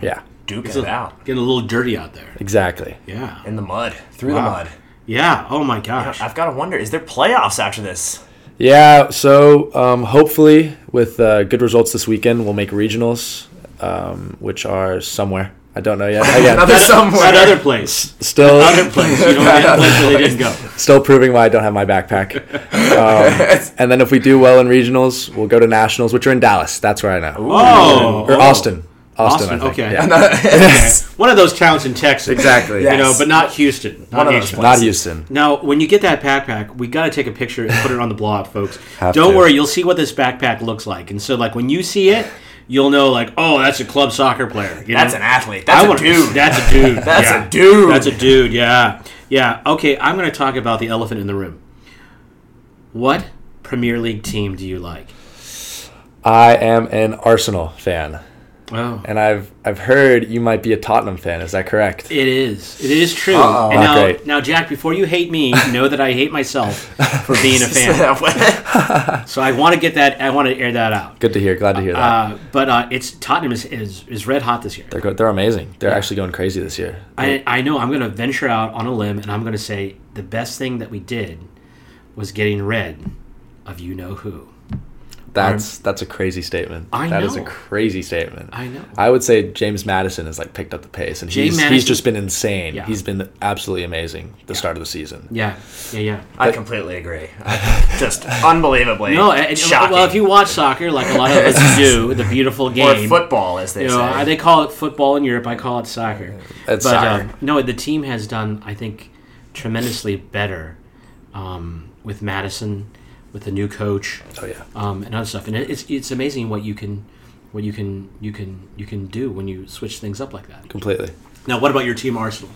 Speaker 3: Yeah,
Speaker 2: Duke it out
Speaker 1: Getting a little dirty out there.
Speaker 3: exactly.
Speaker 1: Yeah.
Speaker 2: in the mud, through
Speaker 1: Wow.
Speaker 2: the mud.
Speaker 1: Yeah. Oh my gosh.
Speaker 2: I've got to wonder: is there playoffs after this?
Speaker 3: Yeah. So um, hopefully, with uh, good results this weekend, we'll make regionals, um, which are somewhere. I don't know yet. Again,
Speaker 2: Another somewhere.
Speaker 1: That other place.
Speaker 3: still
Speaker 1: Other place. You know, that place where they didn't go.
Speaker 3: Still proving why I don't have my backpack. Um, and then if we do well in regionals, we'll go to nationals, which are in Dallas. That's where I know.
Speaker 1: Oh.
Speaker 3: or Austin.
Speaker 1: Austin.
Speaker 3: Austin. I think.
Speaker 1: Okay.
Speaker 3: Yeah.
Speaker 1: One of those towns in Texas.
Speaker 3: Exactly.
Speaker 1: You know,
Speaker 2: Yes.
Speaker 1: but not Houston. Not
Speaker 2: One of those
Speaker 1: Houston.
Speaker 2: places.
Speaker 3: Not Houston.
Speaker 1: Now, when you get that backpack, we got to take a picture and put it on the blog, folks.
Speaker 3: Have
Speaker 1: Don't
Speaker 3: to.
Speaker 1: worry, you'll see what this backpack looks like. And so, like when you see it, you'll know, like, oh, that's a club soccer player. you
Speaker 2: That's
Speaker 1: know?
Speaker 2: an athlete. That's
Speaker 1: I
Speaker 2: a
Speaker 1: wanna-
Speaker 2: dude.
Speaker 1: That's a dude.
Speaker 2: That's
Speaker 1: yeah.
Speaker 2: a dude.
Speaker 1: That's a dude. Yeah, yeah. Okay, I'm going to talk about the elephant in the room. What Premier League team do you like?
Speaker 3: I am an Arsenal fan,
Speaker 1: Oh,
Speaker 3: and I've I've heard you might be a Tottenham fan. Is that correct?
Speaker 1: it is. It is true.
Speaker 2: Uh-oh.
Speaker 1: And
Speaker 3: Not
Speaker 1: now,
Speaker 3: great.
Speaker 1: now, Jack, before you hate me, know that I hate myself for being a fan. So I want to get that. I want to air that out.
Speaker 3: Good to hear. Glad to hear that.
Speaker 1: Uh, but uh, it's Tottenham is, is, is red hot this year.
Speaker 3: they're go- they're amazing. They're actually going crazy this year.
Speaker 1: I, I know I'm going to venture out on a limb and I'm going to say the best thing that we did was getting rid of you know who.
Speaker 3: That's that's a crazy statement.
Speaker 1: I
Speaker 3: That is
Speaker 1: know.
Speaker 3: a crazy statement.
Speaker 1: I know.
Speaker 3: I would say James Madison has like picked up the pace, and
Speaker 1: James
Speaker 3: he's, he's
Speaker 1: Madison-
Speaker 3: just been insane.
Speaker 1: Yeah.
Speaker 3: He's been absolutely amazing the start of the season.
Speaker 1: Yeah, yeah, yeah.
Speaker 2: I completely agree. I- Just unbelievably
Speaker 1: No, and,
Speaker 2: shocking.
Speaker 1: well, if you watch soccer like a lot of us do, the beautiful
Speaker 2: or
Speaker 1: game.
Speaker 2: football, as they
Speaker 1: you know,
Speaker 2: say.
Speaker 1: I- they call it football in Europe. I call it soccer.
Speaker 3: It's
Speaker 1: but
Speaker 3: soccer.
Speaker 1: um, no, the team has done, I think, tremendously better um, with Madison, with the new coach.
Speaker 3: Oh yeah.
Speaker 1: um, and other stuff. And it- it's it's amazing what you can what you can you can you can do when you switch things up like that.
Speaker 3: Completely.
Speaker 1: Now, what about your team Arsenal?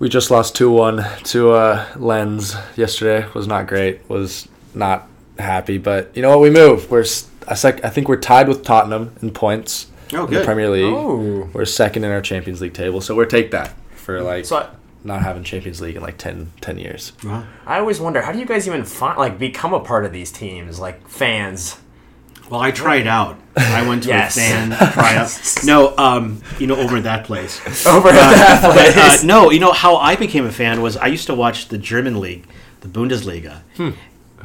Speaker 3: We just lost 2 1 to uh, Lens yesterday. Was not great. Was not happy. But you know what? We move. We're s- I, sec- I think we're tied with Tottenham in points
Speaker 1: Oh,
Speaker 3: in the Premier League.
Speaker 2: Oh.
Speaker 3: We're second in our Champions League table. So we're take that for like
Speaker 2: so I,
Speaker 3: not having Champions League in like 10, 10 years.
Speaker 2: I always wonder how do you guys even find like become a part of these teams, like fans.
Speaker 1: Well, I tried out. I went to
Speaker 2: Yes.
Speaker 1: a fan tryout. No, um, you know, over at that place.
Speaker 2: Over at that
Speaker 1: But, uh,
Speaker 2: place.
Speaker 1: no, you know how I became a fan was I used to watch the German league, the Bundesliga,
Speaker 3: Who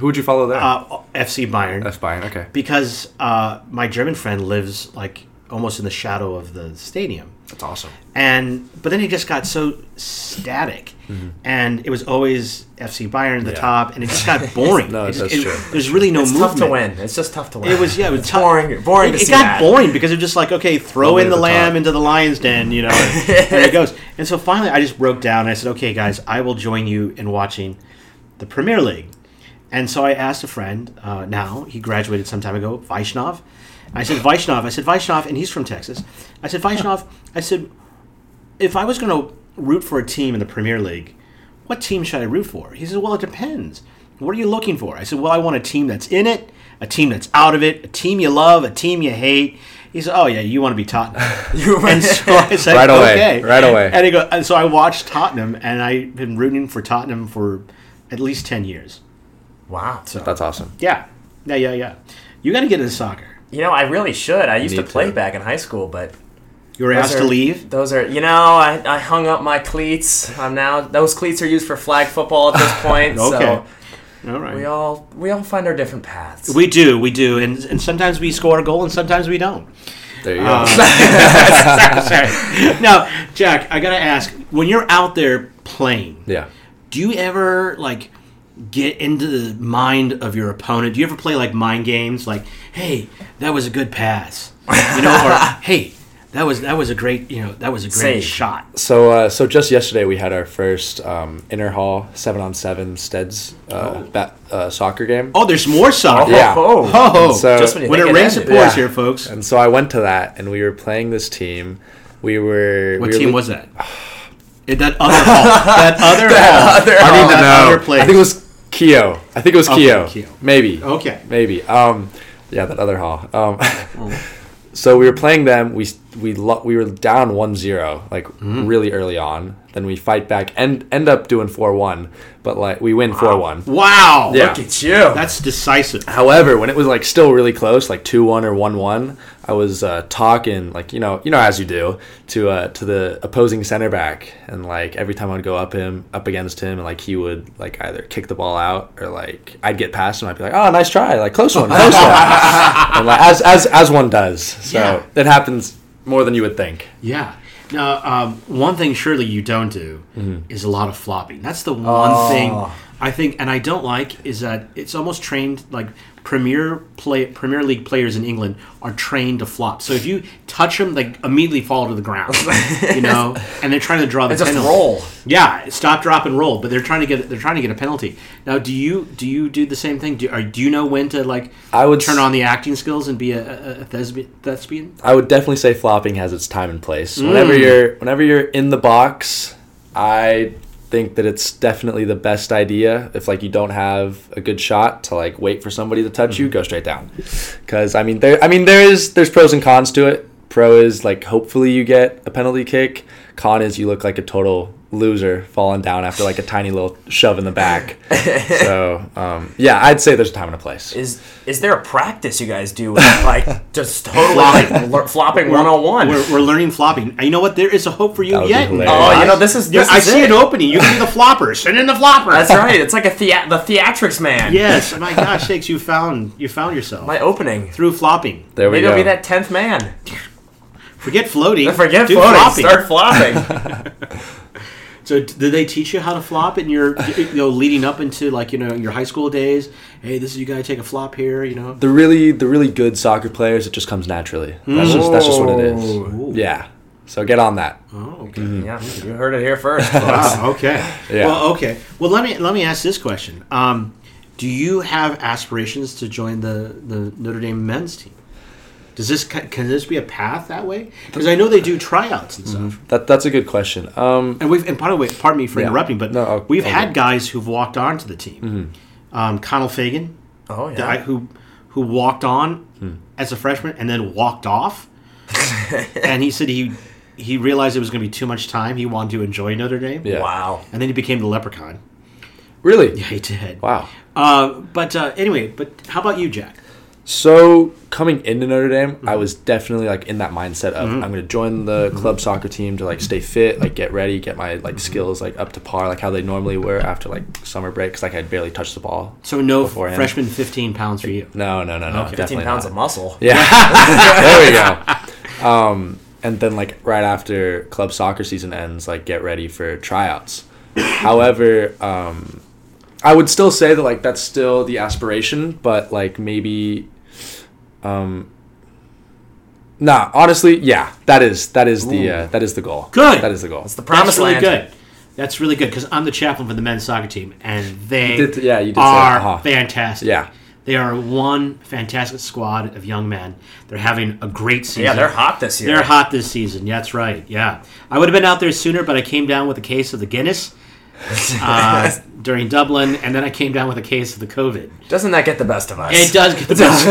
Speaker 3: would you follow there?
Speaker 1: uh, FC Bayern.
Speaker 3: That's Bayern. Okay.
Speaker 1: because uh, my German friend lives like almost in the shadow of the stadium.
Speaker 3: That's awesome.
Speaker 1: and but then it just got so static and it was always fc bayern at the
Speaker 3: Mm-hmm. Yeah.
Speaker 1: top and it just got boring
Speaker 3: No,
Speaker 1: It just-
Speaker 3: that's
Speaker 1: it-
Speaker 3: true.
Speaker 1: there's really no
Speaker 2: It's
Speaker 1: movement
Speaker 2: tough to win. It's just tough to win.
Speaker 1: it was yeah it was
Speaker 2: It's
Speaker 1: tough.
Speaker 2: boring. Boring
Speaker 1: it,
Speaker 2: to
Speaker 1: it
Speaker 2: see
Speaker 1: got
Speaker 2: that.
Speaker 1: boring because it was just like okay throw
Speaker 3: Only
Speaker 1: in
Speaker 3: at
Speaker 1: the,
Speaker 3: the
Speaker 1: lamb
Speaker 3: top.
Speaker 1: into the lion's den you know and there it goes and so finally i just broke down and i said okay guys i will join you in watching the premier league and so i asked a friend uh, now he graduated some time ago vaishnav i said vaishnav i said vaishnav and he's from texas i said vaishnav i said if I was going to root for a team in the Premier League, what team should I root for? He said, Well, it depends. What are you looking for? I said, Well, I want a team that's in it, a team that's out of it, a team you love, a team you hate. He said, Oh, yeah, you want to be Tottenham.
Speaker 2: You were-
Speaker 1: and so I said,
Speaker 3: Right away,
Speaker 1: Okay.
Speaker 3: right away.
Speaker 1: And, he go, and so I watched Tottenham, and I've been rooting for Tottenham for at least 10 years.
Speaker 2: wow. So
Speaker 3: That's awesome.
Speaker 1: Yeah. Yeah, yeah, yeah. You got to get into soccer.
Speaker 2: You know, I really should. I used to
Speaker 3: need
Speaker 2: play
Speaker 3: to.
Speaker 2: back in high school, but
Speaker 1: You were
Speaker 2: those
Speaker 1: asked to
Speaker 2: are-
Speaker 1: leave.
Speaker 2: Those are, you know, I, I hung up my cleats. I'm now those cleats are used for flag football at this point.
Speaker 1: Okay.
Speaker 2: So
Speaker 1: All right.
Speaker 2: we all we all find our different paths.
Speaker 1: We do, we do, and and sometimes we score a goal and sometimes we don't.
Speaker 3: There you
Speaker 1: Sorry. Now, Jack, I gotta ask: when you're out there playing,
Speaker 3: go. Yeah.
Speaker 1: do you ever like get into the mind of your opponent? Do you ever play like mind games, like "Hey, that was a good pass," you know, or "Hey, that was that was a great you know that was a great
Speaker 2: Save.
Speaker 1: shot."
Speaker 3: So, uh, so just yesterday we had our first um, inner hall seven on seven Steads uh, ba- uh, soccer game.
Speaker 1: Oh, there's more soccer.
Speaker 3: Yeah.
Speaker 2: Oh,
Speaker 1: Ho, ho.
Speaker 3: And so-
Speaker 2: Just when you
Speaker 1: when
Speaker 2: think
Speaker 1: it
Speaker 2: it
Speaker 1: rains, it
Speaker 2: ended.
Speaker 1: pours
Speaker 3: Yeah.
Speaker 1: here, folks.
Speaker 3: And so I went to that, and we were playing this team. We were.
Speaker 1: What
Speaker 3: we were
Speaker 1: team
Speaker 3: le-
Speaker 1: was that? Eh, that other hall. That other hall.
Speaker 2: other
Speaker 1: I
Speaker 2: hall.
Speaker 1: need to
Speaker 3: No,
Speaker 1: Other place.
Speaker 3: I think it was Keo. I think it was
Speaker 1: Okay,
Speaker 3: Keo.
Speaker 1: Keo.
Speaker 3: Maybe.
Speaker 1: Oh, Okay. Oh.
Speaker 3: Maybe. Um, yeah, that other hall. Um, so we were playing them. We we lo- we were down 1-0, like
Speaker 1: Mm-hmm.
Speaker 3: really early on. Then we fight back and end up doing four one, but like we win four one.
Speaker 1: Wow.
Speaker 3: Yeah.
Speaker 2: Look at you.
Speaker 1: That's decisive.
Speaker 3: However, when it was like still really close, like two one or one one, I was uh, talking like you know you know as you do to uh, to the opposing center back, and like every time I'd go up him up against him, and like he would like either kick the ball out or like I'd get past him, I'd be like, oh nice try, like close one, close one, and like as as as one does. So
Speaker 1: Yeah.
Speaker 3: it happens more than you would think.
Speaker 1: Yeah. Now, um, one thing surely you don't do is a lot of flopping. That's the one thing I think, and I don't like, is that it's almost trained like premier play Premier League players in England are trained to flop. So if you touch them, they immediately fall to the ground. You know, and they're trying to draw the
Speaker 2: It's just
Speaker 1: penalty.
Speaker 2: roll.
Speaker 1: Yeah, stop, drop, and roll. But they're trying to get they're trying to get a penalty. Now, do you do you do the same thing? Do, or do you know when to like?
Speaker 3: I would
Speaker 1: turn
Speaker 3: s-
Speaker 1: on the acting skills and be a, a, a thesbi- thespian.
Speaker 3: I would definitely say flopping has its time and place. Whenever
Speaker 2: Mm.
Speaker 3: you're whenever you're in the box, I think that it's definitely the best idea if like you don't have a good shot to like wait for somebody to touch
Speaker 2: Mm-hmm.
Speaker 3: you, go straight down. Cuz I mean there I mean there is there's pros and cons to it. Pro is like hopefully you get a penalty kick. Con is you look like a total loser falling down after like a tiny little shove in the back. so, um, yeah, I'd say there's a time and a place.
Speaker 2: Is is there a practice you guys do with, like just totally like l- flopping one on one?
Speaker 1: We're, we're learning flopping. And You know what? There is a hope for you
Speaker 3: would be
Speaker 1: yet.
Speaker 3: hilarious.
Speaker 2: Oh, you know this is
Speaker 1: Yeah,
Speaker 2: this
Speaker 1: I
Speaker 2: is
Speaker 1: see an
Speaker 2: it.
Speaker 1: opening. You can be the flopper. Send in the flopper.
Speaker 2: That's right. It's like a thea- the theatrics man.
Speaker 1: Yes. Oh, My gosh, sakes, you found you found yourself
Speaker 2: My opening.
Speaker 1: through flopping.
Speaker 3: There we
Speaker 2: Maybe
Speaker 3: go.
Speaker 2: I'll be that tenth man.
Speaker 1: Forget floating.
Speaker 2: Forget
Speaker 1: do
Speaker 2: floating.
Speaker 1: flopping.
Speaker 2: Start flopping.
Speaker 1: So, d- did they teach you how to flop in your you know leading up into like you know your high school days? Hey, this is you gotta take a flop here. You know.
Speaker 3: the really the really good soccer players it just comes naturally that's just that's just what it
Speaker 2: Ooh.
Speaker 3: is yeah so get on that
Speaker 1: Oh, okay.
Speaker 2: yeah, you heard it here first. folks.
Speaker 1: Wow, Oh, okay.
Speaker 3: Yeah.
Speaker 1: Well, okay. Well, let me let me ask this question. Um, do you have aspirations to join the, the Notre Dame men's team? Does this ca- can this be a path that way? Because I know they do tryouts and stuff.
Speaker 3: that that's a good question um
Speaker 1: And we've and part of way, pardon me for
Speaker 3: Mm-hmm. Yeah.
Speaker 1: interrupting, but
Speaker 3: No, Mm-hmm. I'll-
Speaker 1: we've
Speaker 3: I'll
Speaker 1: had
Speaker 3: go.
Speaker 1: guys who've walked on to the team. Um, Connell Fagan,
Speaker 2: Oh
Speaker 1: the guy
Speaker 2: yeah.
Speaker 1: who who walked on
Speaker 3: Hmm.
Speaker 1: as a freshman and then walked off, and he said he he realized it was going to be too much time. He wanted to enjoy Notre Dame.
Speaker 3: Yeah.
Speaker 2: Wow.
Speaker 1: And then he became the leprechaun.
Speaker 3: really
Speaker 1: I did.
Speaker 3: wow
Speaker 1: Uh, but uh, anyway, but how about you, Jack?
Speaker 3: so coming into notre dame i
Speaker 2: Mm-hmm.
Speaker 3: was definitely like in that mindset of i'm gonna join the club soccer team to like stay fit like get ready get my
Speaker 2: Mm-hmm.
Speaker 3: like skills like up to par like how they normally were after like summer break because like i barely touched the ball
Speaker 1: So no
Speaker 3: Beforehand.
Speaker 1: freshman fifteen pounds for you.
Speaker 3: no no no no
Speaker 1: Okay.
Speaker 2: 15
Speaker 3: definitely
Speaker 2: pounds
Speaker 3: not.
Speaker 2: of muscle.
Speaker 3: Yeah. there we go. Um, and then like right after club soccer season ends, like get ready for tryouts. However, um, I would still say that like that's still the aspiration, but like maybe, um, nah. Honestly, yeah, that is that is the uh, that is the goal.
Speaker 1: Good.
Speaker 3: That is the goal.
Speaker 2: It's the
Speaker 1: That's
Speaker 2: promised
Speaker 1: really
Speaker 2: land.
Speaker 1: good. That's really good because I'm the chaplain for the men's soccer team, and they
Speaker 3: You did- yeah, you did say
Speaker 1: are
Speaker 3: that. Uh-huh.
Speaker 1: fantastic.
Speaker 3: Yeah.
Speaker 1: they are one fantastic squad of young men. They're having a great season.
Speaker 2: Yeah, they're hot this year.
Speaker 1: They're hot this season. That's right. Yeah, I would have been out there sooner, but I came down with a case of the Guinness uh, during Dublin, and then I came down with a case of the COVID.
Speaker 2: Doesn't that get the best of us?
Speaker 1: It does get the best.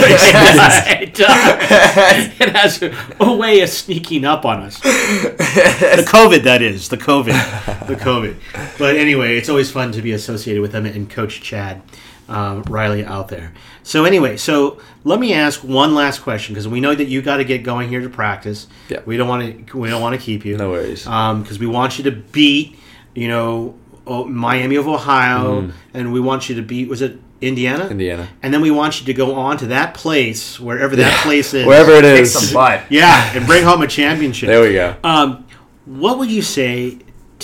Speaker 1: it does. It does. It has a way of sneaking up on us. The COVID, that is the COVID, the COVID. But anyway, it's always fun to be associated with them and Coach Chad. uh, Riley out there. So anyway, so let me ask one last question because we know that you got to get going here to practice.
Speaker 3: Yeah.
Speaker 1: We don't want to. We don't want to keep you.
Speaker 3: No worries.
Speaker 1: Because we want you to beat, you know, O- Miami of Ohio, and we want you to beat. Was it Indiana?
Speaker 3: Mm-hmm. Indiana.
Speaker 1: And then we want you to go on to that place, wherever that place is.
Speaker 3: Wherever it
Speaker 2: Kick
Speaker 3: is.
Speaker 2: some butt.
Speaker 1: Yeah, and bring home a championship.
Speaker 3: There we go.
Speaker 1: Um, what would you say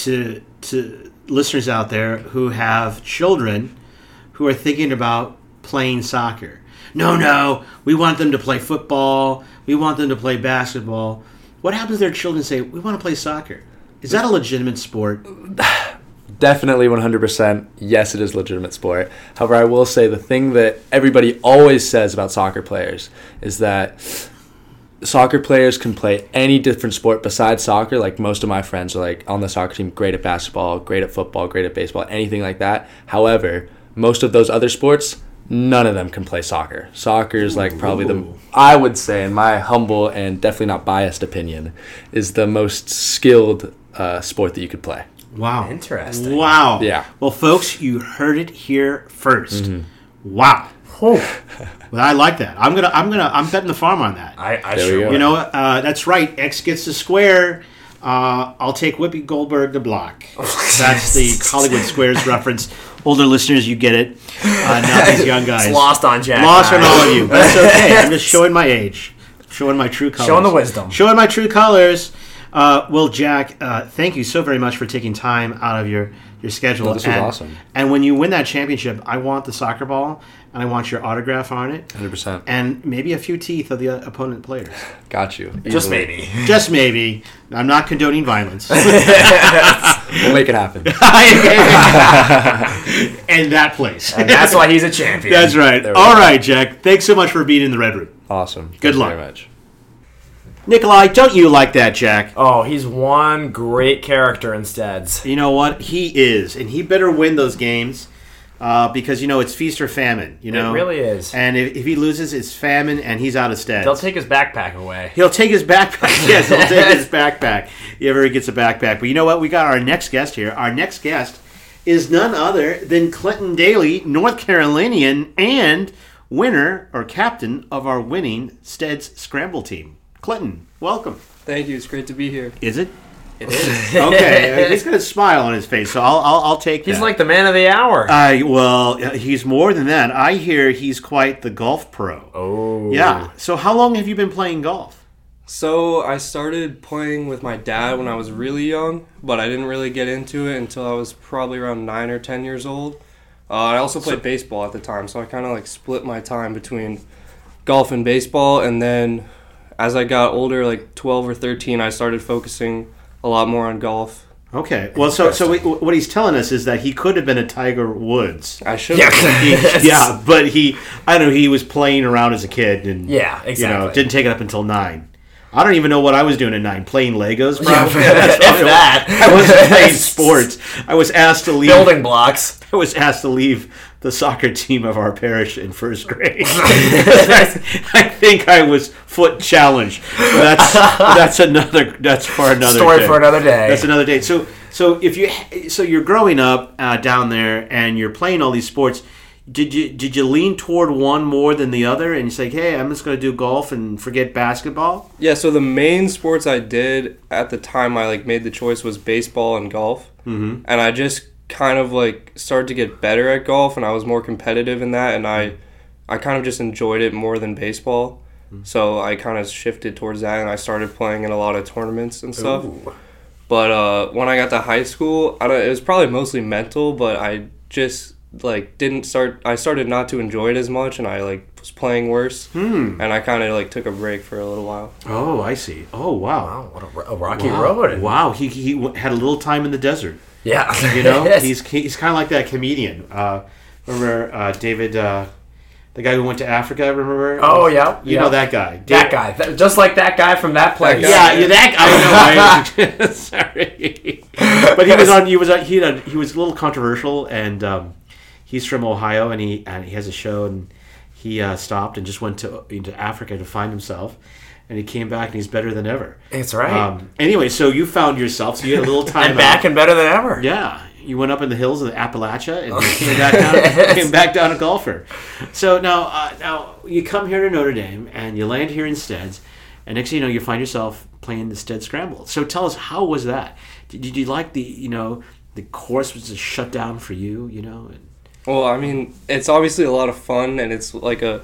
Speaker 1: to to listeners out there who have children who are thinking about playing soccer? No, no, we want them to play football. We want them to play basketball. What happens if their children say, "We want to play soccer"? Is that a legitimate sport?
Speaker 3: Definitely 100%. Yes, it is a legitimate sport. However, I will say the thing that everybody always says about soccer players is that soccer players can play any different sport besides soccer. Like most of my friends are like on the soccer team, great at basketball, great at football, great at baseball, anything like that. However, most of those other sports, none of them can play soccer. Soccer is like probably the I would say, in my humble and definitely not biased opinion, is the most skilled uh, sport that you could play.
Speaker 1: Wow.
Speaker 2: Interesting.
Speaker 1: Wow.
Speaker 3: Yeah. Mm-hmm.
Speaker 1: Well, folks, you heard it here 1st Wow. well, I like that. I'm gonna. I'm gonna. I'm betting the farm on that.
Speaker 2: I, I
Speaker 3: There we
Speaker 2: sure
Speaker 3: go.
Speaker 2: would.
Speaker 1: You know, uh, that's right. X gets the square. Uh, I'll take Whoopi Goldberg to block. That's the Hollywood Squares reference. Older listeners, you get it. Uh, not these young guys.
Speaker 2: It's lost on Jack.
Speaker 1: Lost on
Speaker 2: guys.
Speaker 1: all of you. That's okay. I'm just showing my age, showing my true colors,
Speaker 2: Showing the wisdom.
Speaker 1: showing my true colors. Uh, well, Jack, uh, thank you so very much for taking time out of your your schedule.
Speaker 3: this was
Speaker 1: and,
Speaker 3: awesome.
Speaker 1: And when you win that championship, I want the soccer ball, and I want your autograph on it,
Speaker 3: 100%.
Speaker 1: and maybe a few teeth of the uh, opponent players.
Speaker 3: Got you.
Speaker 2: Just
Speaker 3: Easily.
Speaker 2: maybe.
Speaker 1: Just maybe. I'm not condoning violence.
Speaker 3: We'll make it happen.
Speaker 1: and that place.
Speaker 2: And that's why he's a champion.
Speaker 1: That's right.
Speaker 3: There we
Speaker 1: All
Speaker 3: go.
Speaker 1: right, Jack. Thanks so much for being in the Red Room.
Speaker 3: Awesome. Thank
Speaker 1: Good
Speaker 3: you
Speaker 1: luck.
Speaker 3: Very much.
Speaker 1: Nikolai, don't you like that, Jack?
Speaker 2: Oh, he's one great character instead.
Speaker 1: You know what? He is, and he better win those games uh, because you know it's feast or famine. You know,
Speaker 2: really is.
Speaker 1: And if, if he loses, it's famine, and he's out of stats.
Speaker 2: They'll take his backpack away.
Speaker 1: He'll take his backpack. Yes, he'll take his backpack. He ever gets a backpack. But you know what? We got our next guest here. Our next guest is none other than Clinton Daly, North Carolinian and winner or captain of our winning Steads Scramble team. Clinton, welcome.
Speaker 4: Thank you. It's great to be here.
Speaker 1: Is it? It is. okay. He's got a smile on his face, so I'll, I'll, I'll take
Speaker 2: He's
Speaker 1: that.
Speaker 2: like the man of the hour.
Speaker 1: I well, he's more than that. I hear he's quite the golf pro.
Speaker 2: oh.
Speaker 1: Yeah. So how long have you been playing golf?
Speaker 4: So, I started playing with my dad when I was really young, but I didn't really get into it until I was probably around 9 or 10 years old. Uh, I also played baseball at the time, so I kind of like split my time between golf and baseball. And then as I got older, like 12 or 13, I started focusing a lot more on golf.
Speaker 1: Okay. Well, so so we, what he's telling us is that he could have been a Tiger Woods.
Speaker 4: I should
Speaker 1: He- yeah, but he I don't know he was playing around as a kid and
Speaker 2: Yeah,
Speaker 1: you know
Speaker 2: exactly.
Speaker 1: didn't take it up until nine. I don't even know what I was doing at nine playing Legos. Probably.
Speaker 2: if
Speaker 1: probably what-
Speaker 2: that.
Speaker 1: I wasn't playing sports. I was asked to leave.
Speaker 2: Building blocks.
Speaker 1: I was asked to leave the soccer team of our parish in first grade. I think I was foot challenged. But that's that's another that's for another
Speaker 2: Story
Speaker 1: day.
Speaker 2: for another day.
Speaker 1: That's another day. So so if you so you're growing up uh, down there and you're playing all these sports. Did you did you lean toward one more than the other, and you say, "Hey, I'm just going to do golf and forget basketball"?
Speaker 4: Yeah, so the main sports I did at the time I like made the choice was baseball and golf, mm-hmm. and I just kind of like started to get better at golf, and I was more competitive in that, and I, I kind of just enjoyed it more than baseball, so I kind of shifted towards that, and I started playing in a lot of tournaments and stuff. But uh, when I got to high school, I don't, it was probably mostly mental, but I just like didn't start. I started not to enjoy it as much, and I like was playing worse, and I kind of like took a break for a little while.
Speaker 1: Oh, I see. Oh, wow.
Speaker 2: Oh, what a, ro- a rocky road.
Speaker 1: Wow, he, he w- had a little time in the desert.
Speaker 2: Yeah.
Speaker 1: You know, he's he's kind of like that comedian. Uh, remember uh, David, uh, the guy who went to Africa? Remember?
Speaker 2: Oh, yeah,
Speaker 1: you
Speaker 2: yeah.
Speaker 1: know that guy.
Speaker 2: that
Speaker 1: David-
Speaker 2: guy. Th- just like that guy from that place.
Speaker 4: guy.
Speaker 1: Yeah, yeah, that guy. I know, right? Sorry, but he was on. He was on. He had a, he was a little controversial, and um, he's from Ohio, and he and he has a show, and he uh, stopped and just went to into Africa to find himself. and he came back and he's better than ever.
Speaker 2: That's right.
Speaker 1: Um, anyway, so you found yourself, so you had a little time
Speaker 2: and back
Speaker 1: out.
Speaker 2: and better than ever.
Speaker 1: Yeah, you went up in the hills of the Appalachia and you came back down. came back down a golfer. So now, uh, now you come here to Notre Dame and you land here in Steads, and next thing you know, you find yourself playing the Stead Scramble. So tell us, how was that? Did, did you like the you know the course was just shut down for you? You know, and,
Speaker 4: Well, I mean, it's obviously a lot of fun, and it's like a,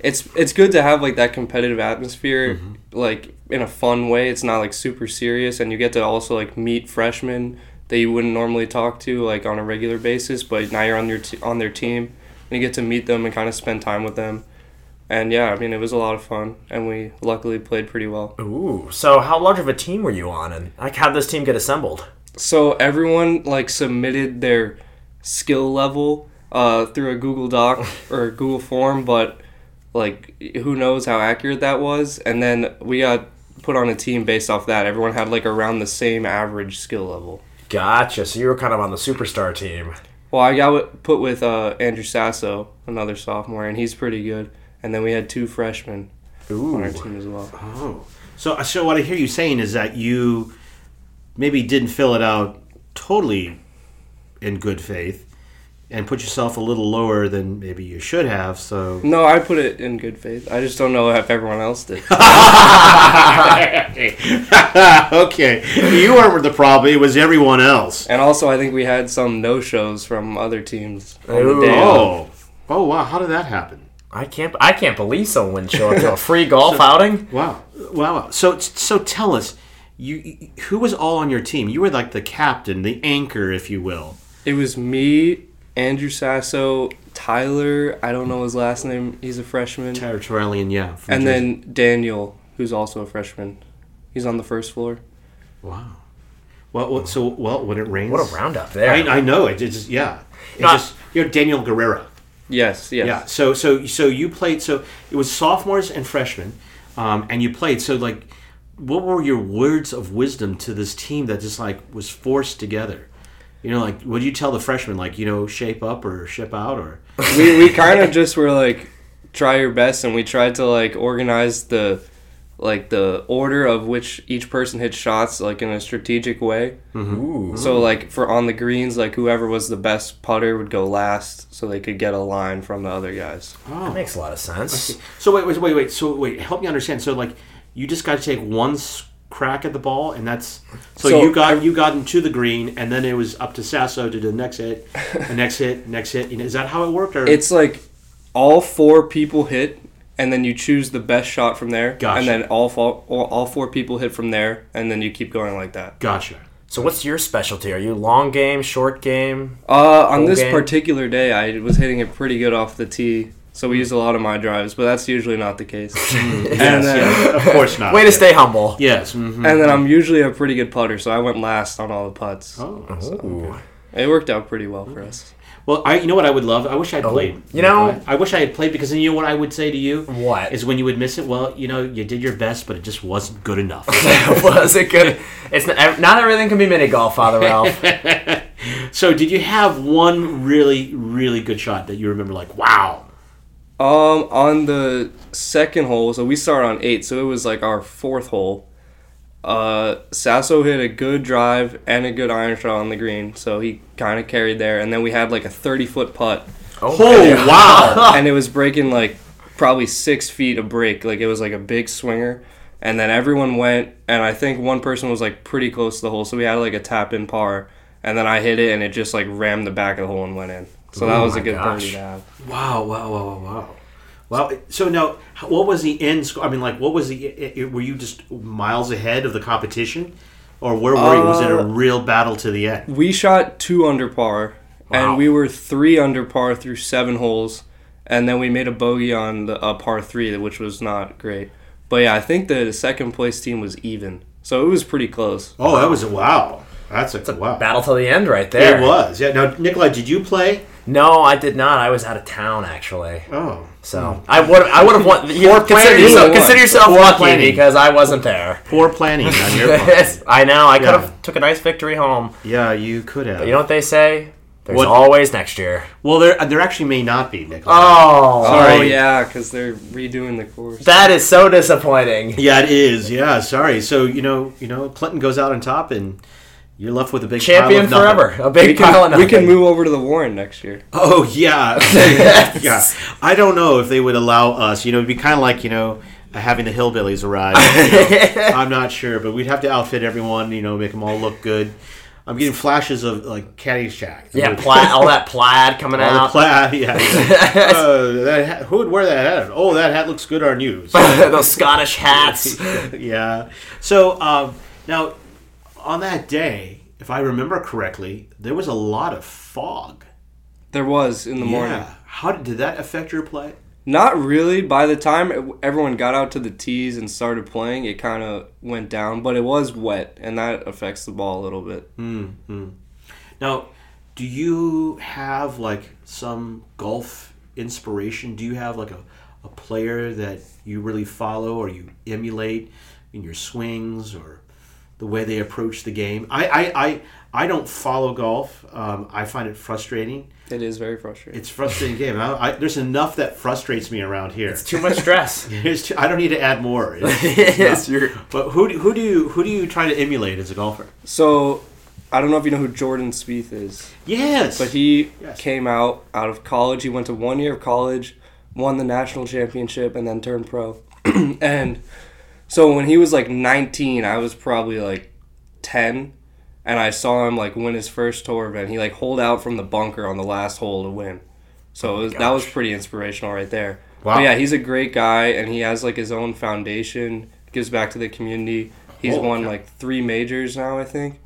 Speaker 4: it's it's good to have like that competitive atmosphere, like in a fun way. It's not like super serious, and you get to also like meet freshmen that you wouldn't normally talk to like on a regular basis, but now you're on your t- on their team, and you get to meet them and kind of spend time with them. And yeah, I mean, it was a lot of fun, and we luckily played pretty well.
Speaker 2: Ooh. So how large of a team were you on, and like how did this team get assembled?
Speaker 4: so everyone like submitted their skill level uh, through a Google Doc or a Google form, but like who knows how accurate that was? And then we got put on a team based off that. Everyone had like around the same average skill level.
Speaker 2: Gotcha. So you were kind of on the superstar team.
Speaker 4: Well, I got wi- put with uh, Andrew Sasso, another sophomore, and he's pretty good. And then we had two freshmen on our
Speaker 2: Ooh.
Speaker 4: team as well.
Speaker 1: Oh, so so what I hear you saying is that you maybe didn't fill it out totally in good faith, and put yourself a little lower than maybe you should have. So
Speaker 4: No, I put it in good faith. I just don't know if everyone else did.
Speaker 1: okay, you weren't the problem; it was everyone else.
Speaker 4: and also, I think we had some no shows from other teams. On the
Speaker 2: Ooh.
Speaker 4: day of.
Speaker 1: Oh, oh wow! How did that happen?
Speaker 2: I can't. I can't believe someone wouldn't show up to a free golf outing.
Speaker 1: Wow, wow! wow. So so tell us. You, who was all on your team? You were like the captain, the anchor, if you will.
Speaker 4: It was me, Andrew Sasso, Tyler. I don't know his last name. He's a freshman.
Speaker 1: Territorialian, yeah. from
Speaker 4: and
Speaker 1: Jersey.
Speaker 4: then Daniel, who's also a freshman. He's on the first floor.
Speaker 1: Wow. Well, well, so well when it rains.
Speaker 2: What a roundup there.
Speaker 1: I, I know it just yeah. It
Speaker 2: Not-
Speaker 1: just you're Daniel Guerrero.
Speaker 4: Yes, yes.
Speaker 1: Yeah. So so so you played. So it was sophomores and freshmen, um, and you played. So like, what were your words of wisdom to this team that just like was forced together? You know, like, what do you tell the freshmen? Like, you know, shape up or ship out or
Speaker 4: we, we kind of just were like try your best and we tried to like organize the like the order of which each person hit shots like in a strategic way
Speaker 2: Mm-hmm.
Speaker 1: Mm-hmm.
Speaker 2: Ooh.
Speaker 4: so like for on the greens like whoever was the best putter would go last so they could get a line from the other guys
Speaker 2: That makes a lot of sense.
Speaker 1: Oh. So wait, wait, wait, wait. So wait, help me understand. So like, you just got to take one s- crack at the ball, and that's so,
Speaker 4: So
Speaker 1: you got you got into the green, and then it was up to Sasso to do the next hit, the next hit, next hit. You know, Is that how it worked? Or
Speaker 4: It's like all four people hit, and then you choose the best shot from there,
Speaker 1: Gotcha.
Speaker 4: and then all four all, all four people hit from there, and then you keep going like that.
Speaker 1: gotcha.
Speaker 2: So what's your specialty? Are you long game, short game?
Speaker 4: Uh, on this
Speaker 2: Okay.
Speaker 4: particular day, I was hitting it pretty good off the tee, so we used a lot of my drives, but that's usually not the case. and uh,
Speaker 1: Yes,
Speaker 4: then
Speaker 1: Uh, yeah, of course not.
Speaker 2: Way to stay humble.
Speaker 1: Yes. mhm.
Speaker 4: and then I'm usually a pretty good putter, so I went last on all the putts.
Speaker 1: Oh.
Speaker 2: Ooh.
Speaker 4: It worked out pretty well for us.
Speaker 1: Well, I you know what I would love? I wish I'd played.
Speaker 2: you know-
Speaker 1: I, I wish I had played because then you know what I would say to you
Speaker 2: What?
Speaker 1: is when you would miss it. Well, you know, you did your best, but it just wasn't good enough.
Speaker 2: was it good? It's not, not everything can be mini golf, Father Ralph.
Speaker 1: so, did you have one really, really good shot that you remember? Like, wow.
Speaker 4: Um, on the second hole, so we started on eight, so it was like our fourth hole. Uh, Sasso hit a good drive and a good iron shot on the green, so he kind of carried there. And then we had like a thirty foot putt,
Speaker 1: Oh wow!
Speaker 4: and it was breaking like probably six feet a break, like it was like a big swinger. And then everyone went, and I think one person was like pretty close to the hole, so we had like a tap in par. And then I hit it, and it just like rammed the back of the hole and went in. So that
Speaker 2: Oh
Speaker 4: was a
Speaker 2: my
Speaker 4: good birdie
Speaker 2: gosh.
Speaker 4: to have.
Speaker 1: Wow, wow, wow, wow, wow. Well, so now, h- what was the end score? I mean, like, what was the? i- i- Were you just miles ahead of the competition, or where were you? Was it a real battle to the end?
Speaker 4: We shot two under par,
Speaker 2: Wow.
Speaker 4: and we were three under par through seven holes, and then we made a bogey on the uh, par three, which was not great. But yeah, I think the second place team was even, so it was pretty close.
Speaker 1: Oh, that was a wow. That's a, wow.
Speaker 2: Battle till the end, right there.
Speaker 1: It was. Yeah. Now, Nikolai, did you play?
Speaker 2: No, I did not. I was out of town actually.
Speaker 1: Oh.
Speaker 2: So I would I would have won. You consider
Speaker 1: planning.
Speaker 2: yourself,
Speaker 4: Won.
Speaker 2: consider yourself
Speaker 1: Poor
Speaker 2: lucky
Speaker 1: planning.
Speaker 2: because I wasn't there.
Speaker 1: Poor planning on your part.
Speaker 2: Yes, I know. I could
Speaker 1: Yeah.
Speaker 2: have took a nice victory home.
Speaker 1: Yeah, you could have.
Speaker 2: You know what they say? There's
Speaker 1: What-
Speaker 2: always next year.
Speaker 1: Well, there there actually may not be, Nicholas.
Speaker 2: Oh,
Speaker 1: Sorry.
Speaker 4: Oh yeah, because they're redoing the course.
Speaker 2: that is so disappointing.
Speaker 1: Yeah, it is. Yeah, sorry. So you know, you know, Clinton goes out on top, and you're left with a big pile
Speaker 2: Champion
Speaker 1: of nothing.
Speaker 2: forever. A
Speaker 4: we
Speaker 2: big pile of
Speaker 4: can, we
Speaker 2: nothing.
Speaker 4: can move over to the Warren next year.
Speaker 1: Oh yeah, yeah. I don't know if they would allow us. You know, it'd be kind of like you know having the hillbillies arrive. you know. I'm not sure, but we'd have to outfit everyone. You know, make them all look good. I'm getting flashes of like Caddyshack.
Speaker 2: Yeah,
Speaker 1: Like,
Speaker 2: plaid, all that plaid coming
Speaker 1: all the
Speaker 2: out.
Speaker 1: plaid. Yeah. yeah. Uh, that hat, who would wear that hat? Oh, that hat looks good on you. So,
Speaker 2: Those Scottish hats.
Speaker 1: yeah. So um, now, on that day, if I remember correctly, there was a lot of fog.
Speaker 4: There was in the morning.
Speaker 1: Yeah. How did, did that affect your play?
Speaker 4: Not really. By the time it- everyone got out to the tees and started playing, it kind of went down, but it was wet, and that affects the ball a little bit.
Speaker 1: Now, do you have like some golf inspiration? Do you have like a, a player that you really follow or you emulate in your swings or the way they approach the game? I I, I, I don't follow golf. Um, I find it frustrating.
Speaker 4: It is very frustrating.
Speaker 1: It's a frustrating game. I, I, there's enough that frustrates me around here.
Speaker 2: Too much stress.
Speaker 1: It's too- I don't need to add more. It's-
Speaker 2: yes, you're.
Speaker 1: but who do, who do you who do you try to emulate as a golfer?
Speaker 4: So, I don't know if you know who Jordan Spieth is.
Speaker 1: Yes,
Speaker 4: But he
Speaker 1: Yes.
Speaker 4: came out out of college. He went to one year of college, won the national championship, and then turned pro. and so when he was like 19, I was probably like 10, and I saw him like win his first tour event. He like holed out from the bunker on the last hole to win. So it was, that was pretty inspirational right there. Wow.
Speaker 1: Wow.
Speaker 4: yeah, he's a great guy, and he has like his own foundation. Gives back to the community. He's
Speaker 1: Holy
Speaker 4: won
Speaker 1: cow.
Speaker 4: like three majors now, I think.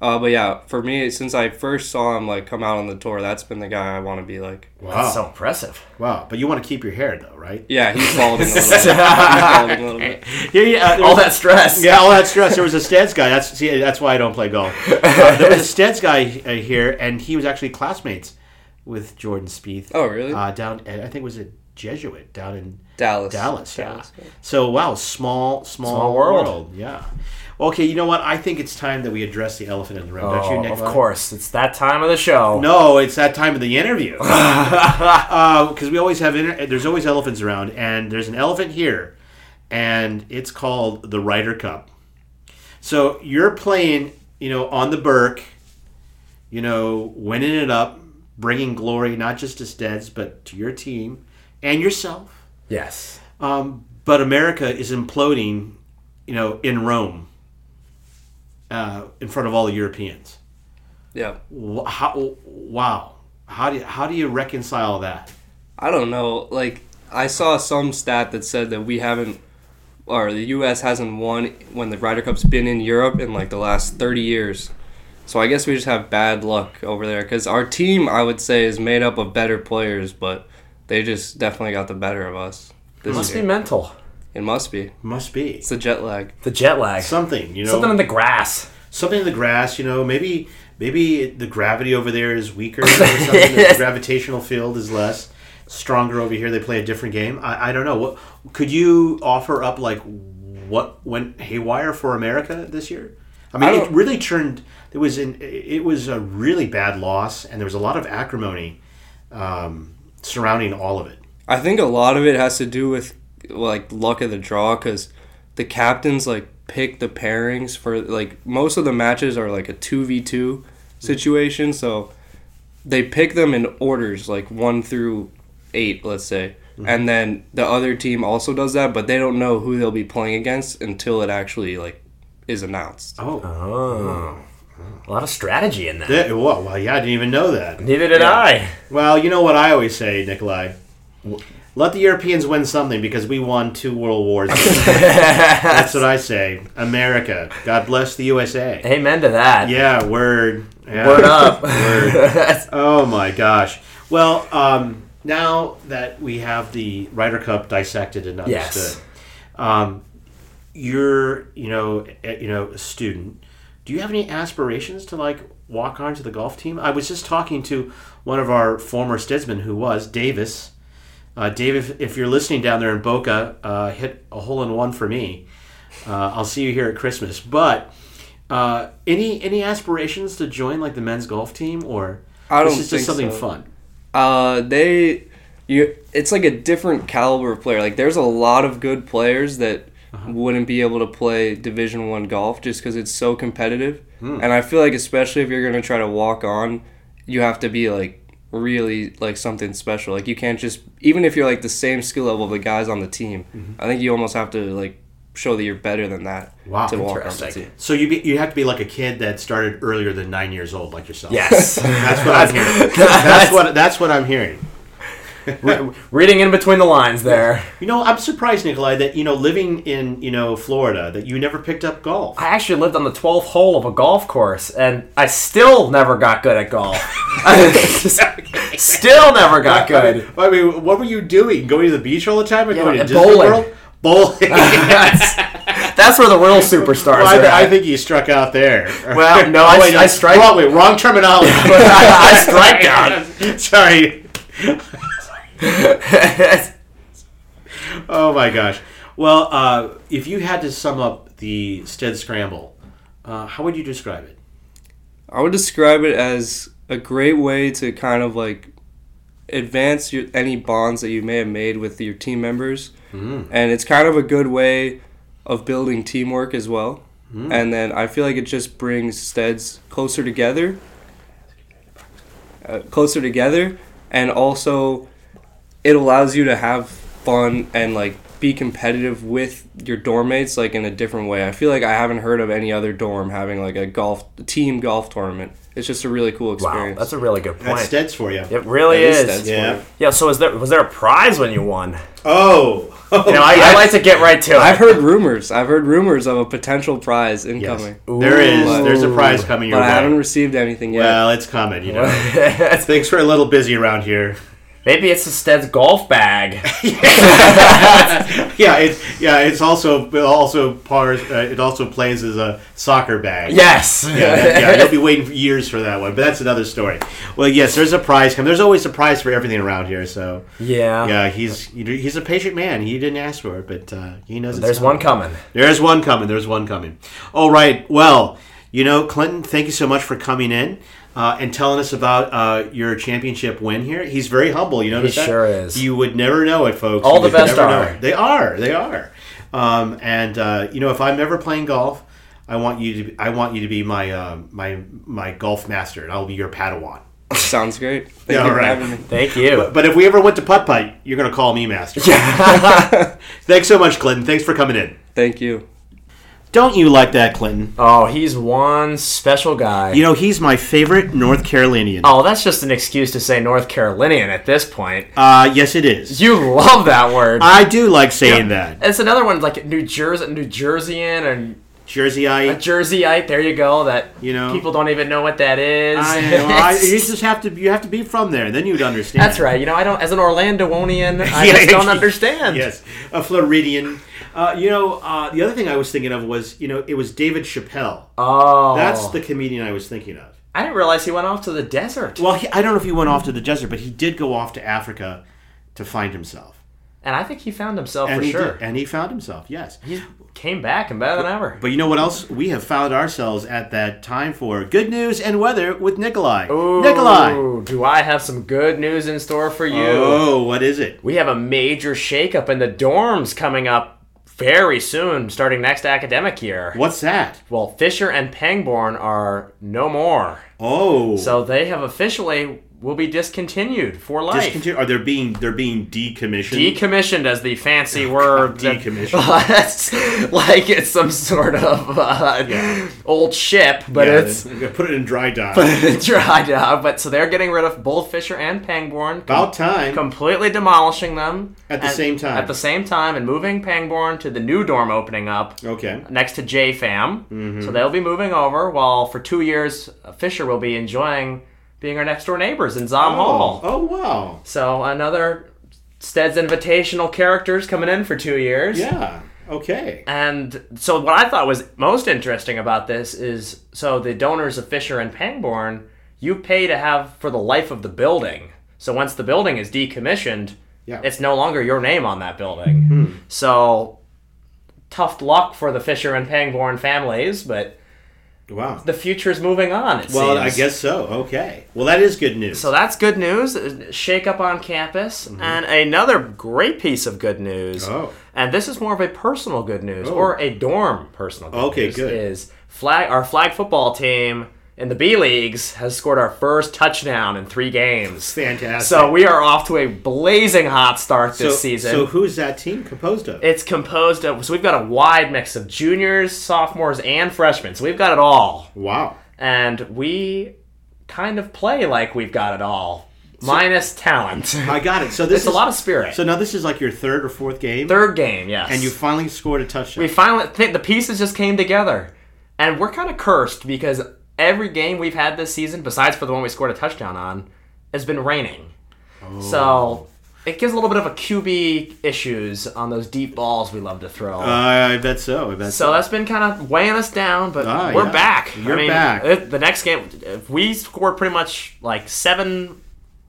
Speaker 4: Uh, but yeah, for me, since I first saw him like come out on the tour, that's been the guy I want to be like.
Speaker 1: wow,
Speaker 2: That's so impressive.
Speaker 1: wow. But you want to keep your hair though, right?
Speaker 4: Yeah, he's balding a little bit. He's balding a little bit.
Speaker 1: Yeah, yeah. uh,
Speaker 2: All that stress.
Speaker 1: Yeah, all that stress. There was a Steds guy. That's see, that's why I don't play golf. Uh, there was a Steds guy uh, here, and he was actually classmates with Jordan Spieth.
Speaker 4: Oh, really?
Speaker 1: Uh, down, at, I think it was a Jesuit down in
Speaker 4: Dallas.
Speaker 1: Dallas. Yeah. So wow, small, small,
Speaker 2: Small
Speaker 1: world.
Speaker 2: world.
Speaker 1: Yeah. Okay, you know what? I think it's time that we address the elephant in the room, don't you,
Speaker 2: Oh,
Speaker 1: Nick?
Speaker 2: of course, it's that time of the show.
Speaker 1: No, it's that time of the interview. Because we always have inter- there's always elephants around, and there's an elephant here, and it's called the Ryder Cup. So you're playing, you know, on the Burke, you know, winning it up, bringing glory not just to Steds but to your team and yourself.
Speaker 2: Yes.
Speaker 1: Um, but America is imploding, you know, in Rome, uh, in front of all the Europeans.
Speaker 4: Yeah.
Speaker 1: Wh- how, wow how do you, how do you reconcile that
Speaker 4: I don't know. Like I saw some stat that said that we haven't, or the U.S. hasn't won when the Ryder Cup's been in Europe in like the last thirty years. So I guess we just have bad luck over there because our team, I would say, is made up of better players, but they just definitely got the better of us. This
Speaker 2: Must be
Speaker 4: year.
Speaker 2: mental.
Speaker 4: It must be.
Speaker 1: must be
Speaker 4: It's the jet lag.
Speaker 2: The jet lag.
Speaker 1: something you know
Speaker 2: Something in the grass.
Speaker 1: something in the grass you know maybe maybe the gravity over there is weaker or something the gravitational field is less stronger over here they play a different game i, I don't know what could you offer up like what went haywire for america this year i mean
Speaker 4: I
Speaker 1: it
Speaker 4: don't-
Speaker 1: really turned it was an it was a really bad loss and there was a lot of acrimony um, surrounding all of it
Speaker 4: I think a lot of it has to do with like luck of the draw because the captains like pick the pairings for like most of the matches are like a two v two situation, so they pick them in orders like one through eight, let's say, and then the other team also does that, but they don't know who they'll be playing against until it actually like is announced.
Speaker 2: Uh,
Speaker 1: oh
Speaker 2: Oh. A lot of strategy in that.
Speaker 1: Yeah, well, well, yeah, I didn't even know that.
Speaker 2: Neither did I.
Speaker 1: Well, you know what I always say, Nikolai. Let the Europeans win something because we won two world wars. That's what I say. America, God bless the USA.
Speaker 2: Amen to that.
Speaker 1: Yeah, word. Yeah.
Speaker 2: Word up.
Speaker 1: Oh my gosh. Well, um, now that we have the Ryder Cup dissected and
Speaker 2: Yes.
Speaker 1: understood, um, you're you know a, you know a student. Do you have any aspirations to like walk onto the golf team? I was just talking to one of our former Stidsmen who was Davis. Uh, Dave, if, if you're listening down there in Boca, uh, hit a hole in one for me. Uh, I'll see you here at Christmas. But uh, any any aspirations to join like the men's golf team or
Speaker 4: I don't
Speaker 1: This is just something
Speaker 4: think so.
Speaker 1: fun.
Speaker 4: Uh, they, you, it's like a different caliber of player. Like there's a lot of good players that wouldn't be able to play Division One golf just because it's so competitive. And I feel like especially if you're gonna try to walk on, you have to be like really like something special. Like you can't just even if you're like the same skill level of the guys on the team. I think you almost have to like show that you're better than that
Speaker 1: Wow,
Speaker 4: to walk on the
Speaker 2: interesting.
Speaker 4: team.
Speaker 1: So you be, you have to be like a kid that started earlier than nine years old, like yourself.
Speaker 2: Yes.
Speaker 1: that's what I'm hearing. That's what that's what I'm hearing.
Speaker 2: Reading in between the lines there.
Speaker 1: You know, I'm surprised, Nikolai, that you know, living in you know Florida, that you never picked up golf.
Speaker 2: I actually lived on the 12th hole of a golf course, and I still never got good at golf. still never got good.
Speaker 1: I mean, what were you doing? Going to the beach all the time? Or
Speaker 2: Yeah,
Speaker 1: going to
Speaker 2: and
Speaker 1: Disney
Speaker 2: bowling.
Speaker 1: World? Bowling.
Speaker 2: that's, that's where the real superstars
Speaker 1: Well,
Speaker 2: are.
Speaker 1: I, I
Speaker 2: at.
Speaker 1: think you struck out there.
Speaker 2: Well, no, I- I strike-
Speaker 1: Wrong, wait, wrong terminology.
Speaker 2: I strike out.
Speaker 1: Sorry. Oh my gosh. Well, uh, if you had to sum up the Stead Scramble, uh, how would you describe it?
Speaker 4: I would describe it as a great way to kind of like advance your, any bonds that you may have made with your team members.
Speaker 2: Mm.
Speaker 4: And it's kind of a good way of building teamwork as well.
Speaker 2: Mm.
Speaker 4: And then I feel like it just brings steads closer together, uh, closer together, and also it allows you to have fun and like be competitive with your dorm mates like in a different way. I feel like I haven't heard of any other dorm having like a golf team golf tournament. It's just a really cool
Speaker 2: Wow,
Speaker 4: experience.
Speaker 2: that's a really good
Speaker 1: That's
Speaker 2: point.
Speaker 1: Steads for you.
Speaker 2: It really
Speaker 4: That is
Speaker 2: is.
Speaker 4: Stead's.
Speaker 1: Yeah.
Speaker 2: Yeah. So, was there was there a prize when you won?
Speaker 1: Oh.
Speaker 2: You know, I, I like to get right to it.
Speaker 4: I've heard rumors. I've heard rumors of a potential prize incoming,
Speaker 1: There is. There's a prize coming your
Speaker 4: but I haven't
Speaker 1: way.
Speaker 4: received anything yet.
Speaker 1: Well, it's coming, you know.
Speaker 2: heard.
Speaker 1: Things were a little busy around here.
Speaker 2: Maybe it's the Stead's golf bag.
Speaker 1: Yeah, it's yeah, it's also also pars, uh, it also plays as a soccer bag.
Speaker 2: Yes.
Speaker 1: yeah, yeah, you'll be waiting for years for that one, but that's another story. Well, yes, there's a prize coming. There's always a prize for everything around here. So
Speaker 2: Yeah.
Speaker 1: yeah, he's you know, he's a patient man. He didn't ask for it, but uh, he knows. it's
Speaker 2: There's
Speaker 1: coming.
Speaker 2: one coming.
Speaker 1: There's one coming. There's one coming. All right. Well, you know, Clinton, thank you so much for coming in. Uh, and telling us about uh, your championship win here. He's very humble. You notice that?
Speaker 2: sure is.
Speaker 1: You would never know it, folks.
Speaker 2: All
Speaker 1: You
Speaker 2: the
Speaker 1: would
Speaker 2: best
Speaker 1: never
Speaker 2: are.
Speaker 1: know it. They are. They are. Um, and uh, you know, if I'm ever playing golf, I want you to. I want you to be my uh, my my golf master, and I'll be your Padawan.
Speaker 4: Sounds great. Thank
Speaker 1: Yeah,
Speaker 4: you
Speaker 1: all
Speaker 4: for
Speaker 1: right.
Speaker 4: having me.
Speaker 2: Thank you.
Speaker 1: But if we ever went to putt putt, you're gonna call me master. Thanks so much, Clinton. Thanks for coming in.
Speaker 4: Thank you.
Speaker 1: Don't you like that, Clinton?
Speaker 2: Oh, he's one special guy.
Speaker 1: You know, he's my favorite North Carolinian.
Speaker 2: oh, that's just an excuse to say North Carolinian at this point.
Speaker 1: Uh, yes, it is.
Speaker 2: You love that word.
Speaker 1: I do like saying that.
Speaker 2: it's another one like New Jersey, New Jerseyan, and a
Speaker 1: Jerseyite.
Speaker 2: Jerseyite. There you go. That
Speaker 1: You know.
Speaker 2: people don't even know what that is.
Speaker 1: I, you, know, I- you just have to you have to be from there, then you'd understand.
Speaker 2: that's right. You know, I don't. As an Orlandoonian, I
Speaker 1: Yeah.
Speaker 2: just don't understand.
Speaker 1: Yes, a Floridian. Uh, you know, uh, the other thing I was thinking of was, you know, it was David Chappelle.
Speaker 2: Oh,
Speaker 1: That's the comedian I was thinking of.
Speaker 2: I didn't realize he went off to the desert.
Speaker 1: Well, he, I don't know if he went off to the desert, but he did go off to Africa to find himself.
Speaker 2: And I think he found himself
Speaker 1: And
Speaker 2: Oh, for
Speaker 1: he
Speaker 2: sure.
Speaker 1: did, and he found himself. Yes.
Speaker 2: He came back and better than ever.
Speaker 1: But you know what else? We have found ourselves at that time for good news and weather with Nikolai.
Speaker 2: Ooh,
Speaker 1: Nikolai.
Speaker 2: do I have some good news in store for you?
Speaker 1: Oh, what is it?
Speaker 2: We have a major shakeup in the dorms coming up very soon, starting next academic year.
Speaker 1: What's that?
Speaker 2: Well, Fisher and Pangborn are no more.
Speaker 1: Oh,
Speaker 2: So they have officially will be discontinued for life.
Speaker 1: discontinue. Are they being they're being decommissioned?
Speaker 2: Decommissioned as the fancy word. that-
Speaker 1: decommissioned.
Speaker 2: That's like it's some sort of uh, old ship, but
Speaker 1: Yeah,
Speaker 2: it's
Speaker 1: they- put it in dry dock.
Speaker 2: dry dock. But so they're getting rid of both Fisher and Pangborn.
Speaker 1: About time.
Speaker 2: completely demolishing them
Speaker 1: At the
Speaker 2: and-
Speaker 1: same time.
Speaker 2: At the same time, and moving Pangborn to the new dorm opening up
Speaker 1: Okay.
Speaker 2: next to JFAM.
Speaker 1: Mm-hmm.
Speaker 2: So they'll be moving over. While for two years, Fisher will be enjoying being our next door neighbors in Zom
Speaker 1: Oh,
Speaker 2: Hall.
Speaker 1: oh wow.
Speaker 2: So another Stead's Invitational characters coming in for two years.
Speaker 1: Yeah. Okay.
Speaker 2: And so what I thought was most interesting about this is so the donors of Fisher and Pangborn, you pay to have for the life of the building. So once the building is decommissioned,
Speaker 1: Yeah.
Speaker 2: it's no longer your name on that building. So tough luck for the Fisher and Pangborn families, but
Speaker 1: Wow.
Speaker 2: the future is moving on. It
Speaker 1: Well, I
Speaker 2: seems.
Speaker 1: guess so. Okay. Well, that is good news.
Speaker 2: So that's good news. Shake up on campus, and another great piece of good news.
Speaker 1: Mm-hmm. Oh.
Speaker 2: And this is more of a personal good news,
Speaker 1: Oh.
Speaker 2: or a dorm personal. Good
Speaker 1: Okay,
Speaker 2: news,
Speaker 1: good.
Speaker 2: Is flag our flag football team in the B leagues has scored our first touchdown in three games.
Speaker 1: Fantastic.
Speaker 2: So we are off to a blazing hot start this
Speaker 1: So-
Speaker 2: season.
Speaker 1: So who's that team composed of?
Speaker 2: it's composed of so we've got a wide mix of juniors, sophomores, and freshmen. So we've got it all
Speaker 1: wow.
Speaker 2: and we kind of play like we've got it all, minus talent.
Speaker 1: I got it. So this
Speaker 2: it's
Speaker 1: is
Speaker 2: a lot of spirit.
Speaker 1: So now this is like your third or fourth game,
Speaker 2: Third game, yes.
Speaker 1: and you finally scored a touchdown.
Speaker 2: we finally think the pieces just came together, and we're kind of cursed because every game we've had this season, besides for the one we scored a touchdown on, has been raining.
Speaker 1: Oh.
Speaker 2: So. It gives a little bit of a QB issues on those deep balls we love to throw.
Speaker 1: I bet so. I bet so.
Speaker 2: So that's been kind of weighing us down, but
Speaker 1: Ah,
Speaker 2: we're
Speaker 1: yeah.
Speaker 2: back.
Speaker 1: You're back.
Speaker 2: it- the next game, if we scored pretty much like seven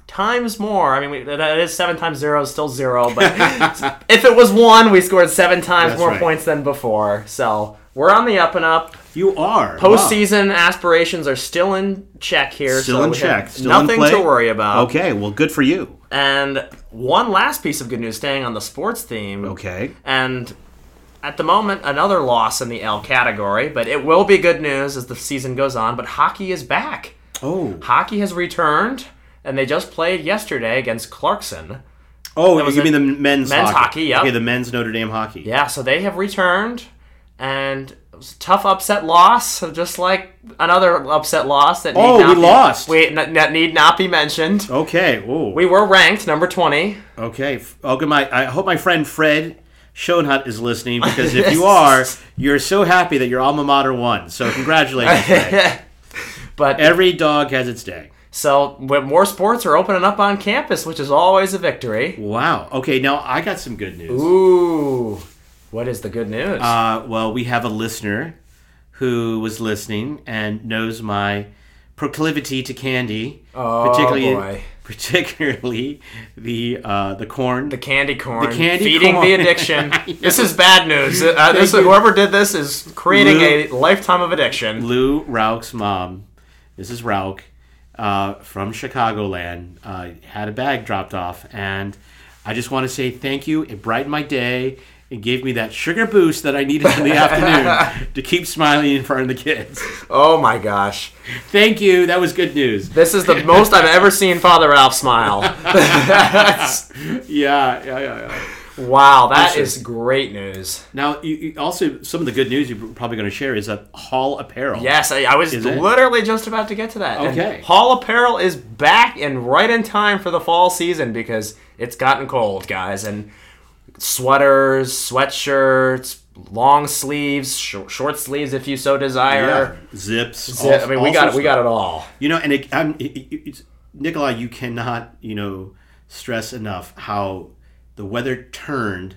Speaker 2: times more. I mean, we, that is seven times zero, is still zero. But if it was one, we scored seven times
Speaker 1: That's
Speaker 2: more
Speaker 1: right.
Speaker 2: points than before. So we're on the up and up.
Speaker 1: You are
Speaker 2: Postseason aspirations are still in check here.
Speaker 1: Wow. Still
Speaker 2: so
Speaker 1: in
Speaker 2: we have
Speaker 1: check. Still in
Speaker 2: nothing
Speaker 1: play.
Speaker 2: to worry about.
Speaker 1: Okay. Well, good for you.
Speaker 2: And one last piece of good news, staying on the sports theme.
Speaker 1: Okay.
Speaker 2: And at the moment, another loss in the L category, but it will be good news as the season goes on. But hockey is back.
Speaker 1: Oh.
Speaker 2: Hockey has returned, and they just played yesterday against Clarkson.
Speaker 1: Oh,
Speaker 2: was
Speaker 1: you
Speaker 2: it.
Speaker 1: mean the men's
Speaker 2: Men's hockey, yep.
Speaker 1: Okay, the men's Notre Dame hockey.
Speaker 2: Yeah, so they have returned, and it was a tough upset loss, so just like another upset loss that need
Speaker 1: Oh,
Speaker 2: not
Speaker 1: we
Speaker 2: be,
Speaker 1: lost.
Speaker 2: We, n- that need not be mentioned.
Speaker 1: Okay. Oh.
Speaker 2: We were ranked number 20.
Speaker 1: Okay. F- Okay. My. I hope my friend Fred Schoenhut is listening because if you are, you're so happy that your alma mater won. So congratulations. Fred.
Speaker 2: But
Speaker 1: Every dog has its day.
Speaker 2: so w- more sports are opening up on campus, which is always a victory.
Speaker 1: Wow. Okay. Now I got some good news.
Speaker 2: Ooh, what is the good news?
Speaker 1: Uh, well, we have a listener who was listening and knows my proclivity to candy,
Speaker 2: Oh,
Speaker 1: particularly
Speaker 2: boy.
Speaker 1: particularly the uh, the corn.
Speaker 2: The candy corn.
Speaker 1: The candy
Speaker 2: feeding
Speaker 1: corn.
Speaker 2: the addiction. this is bad news. Uh, this,
Speaker 1: Thank you.
Speaker 2: whoever did this is creating a lifetime of addiction.
Speaker 1: Lou Rauch's mom, Mrs. Rauch, uh, from Chicagoland, uh, had a bag dropped off, and I just want to say thank you. It brightened my day. It gave me that sugar boost that I needed in the afternoon to keep smiling in front of the kids.
Speaker 2: Oh my gosh.
Speaker 1: Thank you. That was good news.
Speaker 2: This is the most I've ever seen Father Ralph smile. That's-
Speaker 1: Yeah, yeah, yeah, yeah.
Speaker 2: wow, that is great news.
Speaker 1: Now, you, you also some of the good news you're probably going to share is that Hall Apparel.
Speaker 2: Yes, I, I was
Speaker 1: Is it?
Speaker 2: literally just about to get to that. And
Speaker 1: Okay.
Speaker 2: Hall Apparel is back and right in time for the fall season because it's gotten cold, guys. And sweaters, sweatshirts, long sleeves, short, short sleeves if you so
Speaker 1: Yeah.
Speaker 2: desire.
Speaker 1: zips.
Speaker 2: So, I mean, we got it. We got it all.
Speaker 1: You know, and it, I'm, it, it- it's, Nikolai, you cannot you know stress enough how the weather turned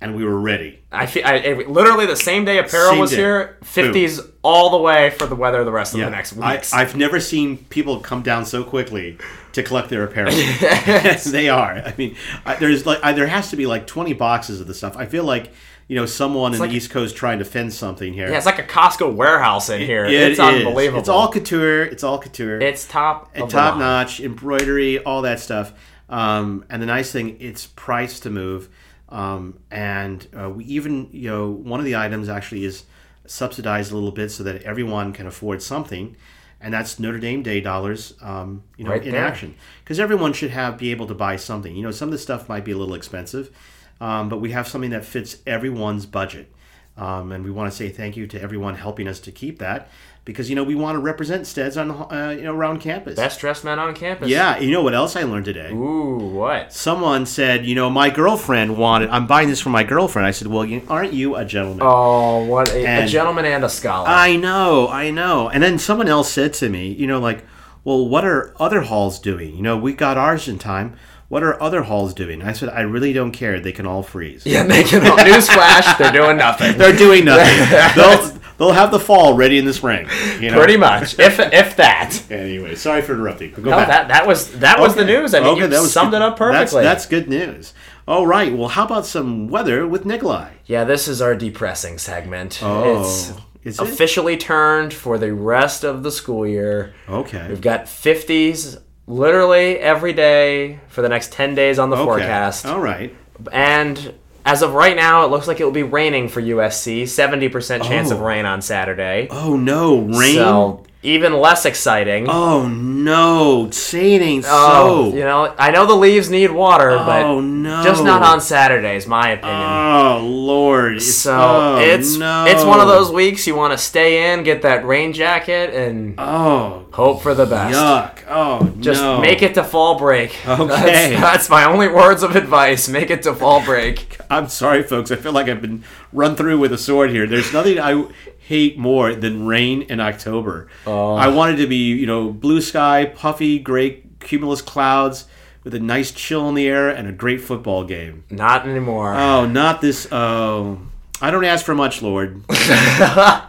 Speaker 1: and we were ready.
Speaker 2: I, fe- I it- literally the same day apparel
Speaker 1: Same
Speaker 2: was
Speaker 1: day.
Speaker 2: here. Fifties all the way for the weather the rest of the next
Speaker 1: I,
Speaker 2: weeks.
Speaker 1: I've never seen people come down so quickly to collect their apparel. they are. I mean, I, there's like I, there has to be like 20 boxes of the stuff. I feel like you know someone in
Speaker 2: like-
Speaker 1: the East Coast trying to fend something here.
Speaker 2: yeah, it's like a Costco warehouse in here.
Speaker 1: It
Speaker 2: it's
Speaker 1: is.
Speaker 2: unbelievable.
Speaker 1: It's all couture. It's all couture.
Speaker 2: it's top of the
Speaker 1: top
Speaker 2: line.
Speaker 1: notch embroidery, all that stuff. Um, and the nice thing, it's priced to move. Um, and uh, we even, you know, one of the items actually is subsidized a little bit so that everyone can afford something. And that's Notre Dame Day dollars, um, you know,
Speaker 2: Right
Speaker 1: in
Speaker 2: there.
Speaker 1: action. Because everyone should have be able to buy something. You know, some of the stuff might be a little expensive, um, but we have something that fits everyone's budget. Um, and we want to say thank you to everyone helping us to keep that, because you know we want to represent Steads on uh, you know around campus.
Speaker 2: Best dressed man on campus.
Speaker 1: Yeah, you know what else I learned today?
Speaker 2: Ooh, what?
Speaker 1: Someone said, you know, my girlfriend wanted. I'm buying this for my girlfriend. I said, well, you, aren't you a gentleman?
Speaker 2: Oh, what a, a
Speaker 1: And-
Speaker 2: gentleman and a scholar.
Speaker 1: I know, I know. And then someone else said to me, you know, like, well, what are other halls doing? You know, we got ours in time. What are other halls doing? I said, I really don't care. They can all freeze.
Speaker 2: yeah, making a newsflash. They're doing nothing.
Speaker 1: They're doing nothing. they'll they'll have the fall ready in the spring. You know?
Speaker 2: Pretty much, if if that.
Speaker 1: Anyway, sorry for interrupting. Go
Speaker 2: No,
Speaker 1: back.
Speaker 2: that that was that was the
Speaker 1: Okay.
Speaker 2: news. I mean,
Speaker 1: Okay,
Speaker 2: you
Speaker 1: that was
Speaker 2: summed
Speaker 1: good-
Speaker 2: it up
Speaker 1: that's-
Speaker 2: perfectly.
Speaker 1: That's, good news. All right. Well, how about some weather with Nikolai?
Speaker 2: Yeah, this is our depressing segment.
Speaker 1: Oh,
Speaker 2: it's
Speaker 1: Is it?
Speaker 2: officially turned for the rest of the school year.
Speaker 1: Okay.
Speaker 2: We've got 50s literally every day for the next 10 days on the forecast.
Speaker 1: Okay. Oh. All right.
Speaker 2: And as of right now, it looks like it will be raining for USC. 70% chance of
Speaker 1: Oh.
Speaker 2: rain on Saturday.
Speaker 1: Oh no, rain.
Speaker 2: So, even less exciting.
Speaker 1: Oh no, say it ain't
Speaker 2: Oh,
Speaker 1: so.
Speaker 2: you know, I know the leaves need water, but
Speaker 1: Oh, no.
Speaker 2: just not on Saturdays, my opinion.
Speaker 1: Oh lord. It's-
Speaker 2: so
Speaker 1: oh,
Speaker 2: it's
Speaker 1: no.
Speaker 2: it's one of those weeks you want to stay in, get that rain jacket, and
Speaker 1: Oh
Speaker 2: hope for the best.
Speaker 1: yuck. Oh
Speaker 2: Just
Speaker 1: no.
Speaker 2: make it to fall break.
Speaker 1: Okay.
Speaker 2: That's, that's my only words of advice. Make it to fall break.
Speaker 1: I'm sorry, folks. I feel like I've been run through with a sword here. There's nothing I hate more than rain in October.
Speaker 2: Oh.
Speaker 1: I wanted to be, you know, blue sky, puffy, gray cumulus clouds with a nice chill in the air and a great football game.
Speaker 2: Not anymore.
Speaker 1: Oh, not this. Oh, I don't ask for much, Lord.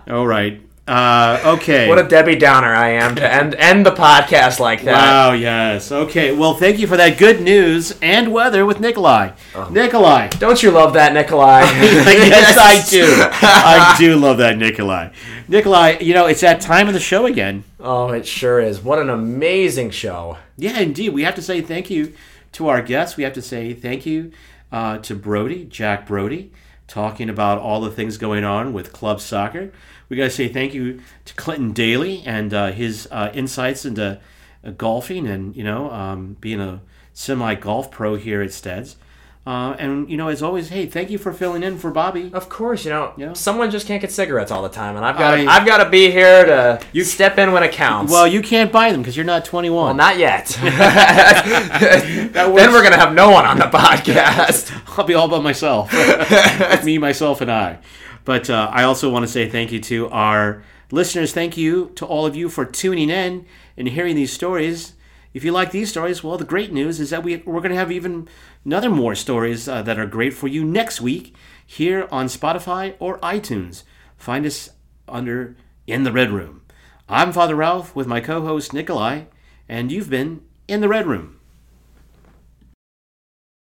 Speaker 1: All right. Uh, okay.
Speaker 2: what a Debbie Downer I am to end end the podcast like that.
Speaker 1: Wow, yes. Okay, well, thank you for that good news and weather with Nikolai.
Speaker 2: Oh.
Speaker 1: Nikolai.
Speaker 2: Don't you love that, Nikolai?
Speaker 1: yes, I do. I do love that Nikolai. Nikolai, you know, it's that time of the show again.
Speaker 2: Oh, it sure is. What an amazing show.
Speaker 1: Yeah, indeed. We have to say thank you to our guests. We have to say thank you uh, to Brody, Jack Brody, talking about all the things going on with club soccer. We got to say thank you to Clinton Daly and uh, his uh, insights into uh, golfing and, you know, um, being a semi golf pro here at Steads. Uh, and, you know, as always, hey, thank you for filling in for Bobby.
Speaker 2: Of course, you know,
Speaker 1: Yeah.
Speaker 2: someone just can't get cigarettes all the time, and I've got to
Speaker 1: I-
Speaker 2: I've got to be here to step in when it counts.
Speaker 1: Well, you can't buy them because you're not 21.
Speaker 2: Well, not yet. then we're gonna have no one on the podcast.
Speaker 1: I'll be all by myself. Me, myself, and I. But uh, I also want to say thank you to our listeners. Thank you to all of you for tuning in and hearing these stories. If you like these stories, well, the great news is that we, we're going to have even another more stories uh, that are great for you next week here on Spotify or iTunes. Find us under In the Red Room. I'm Father Ralph with my co host Nikolai, and you've been In the Red Room.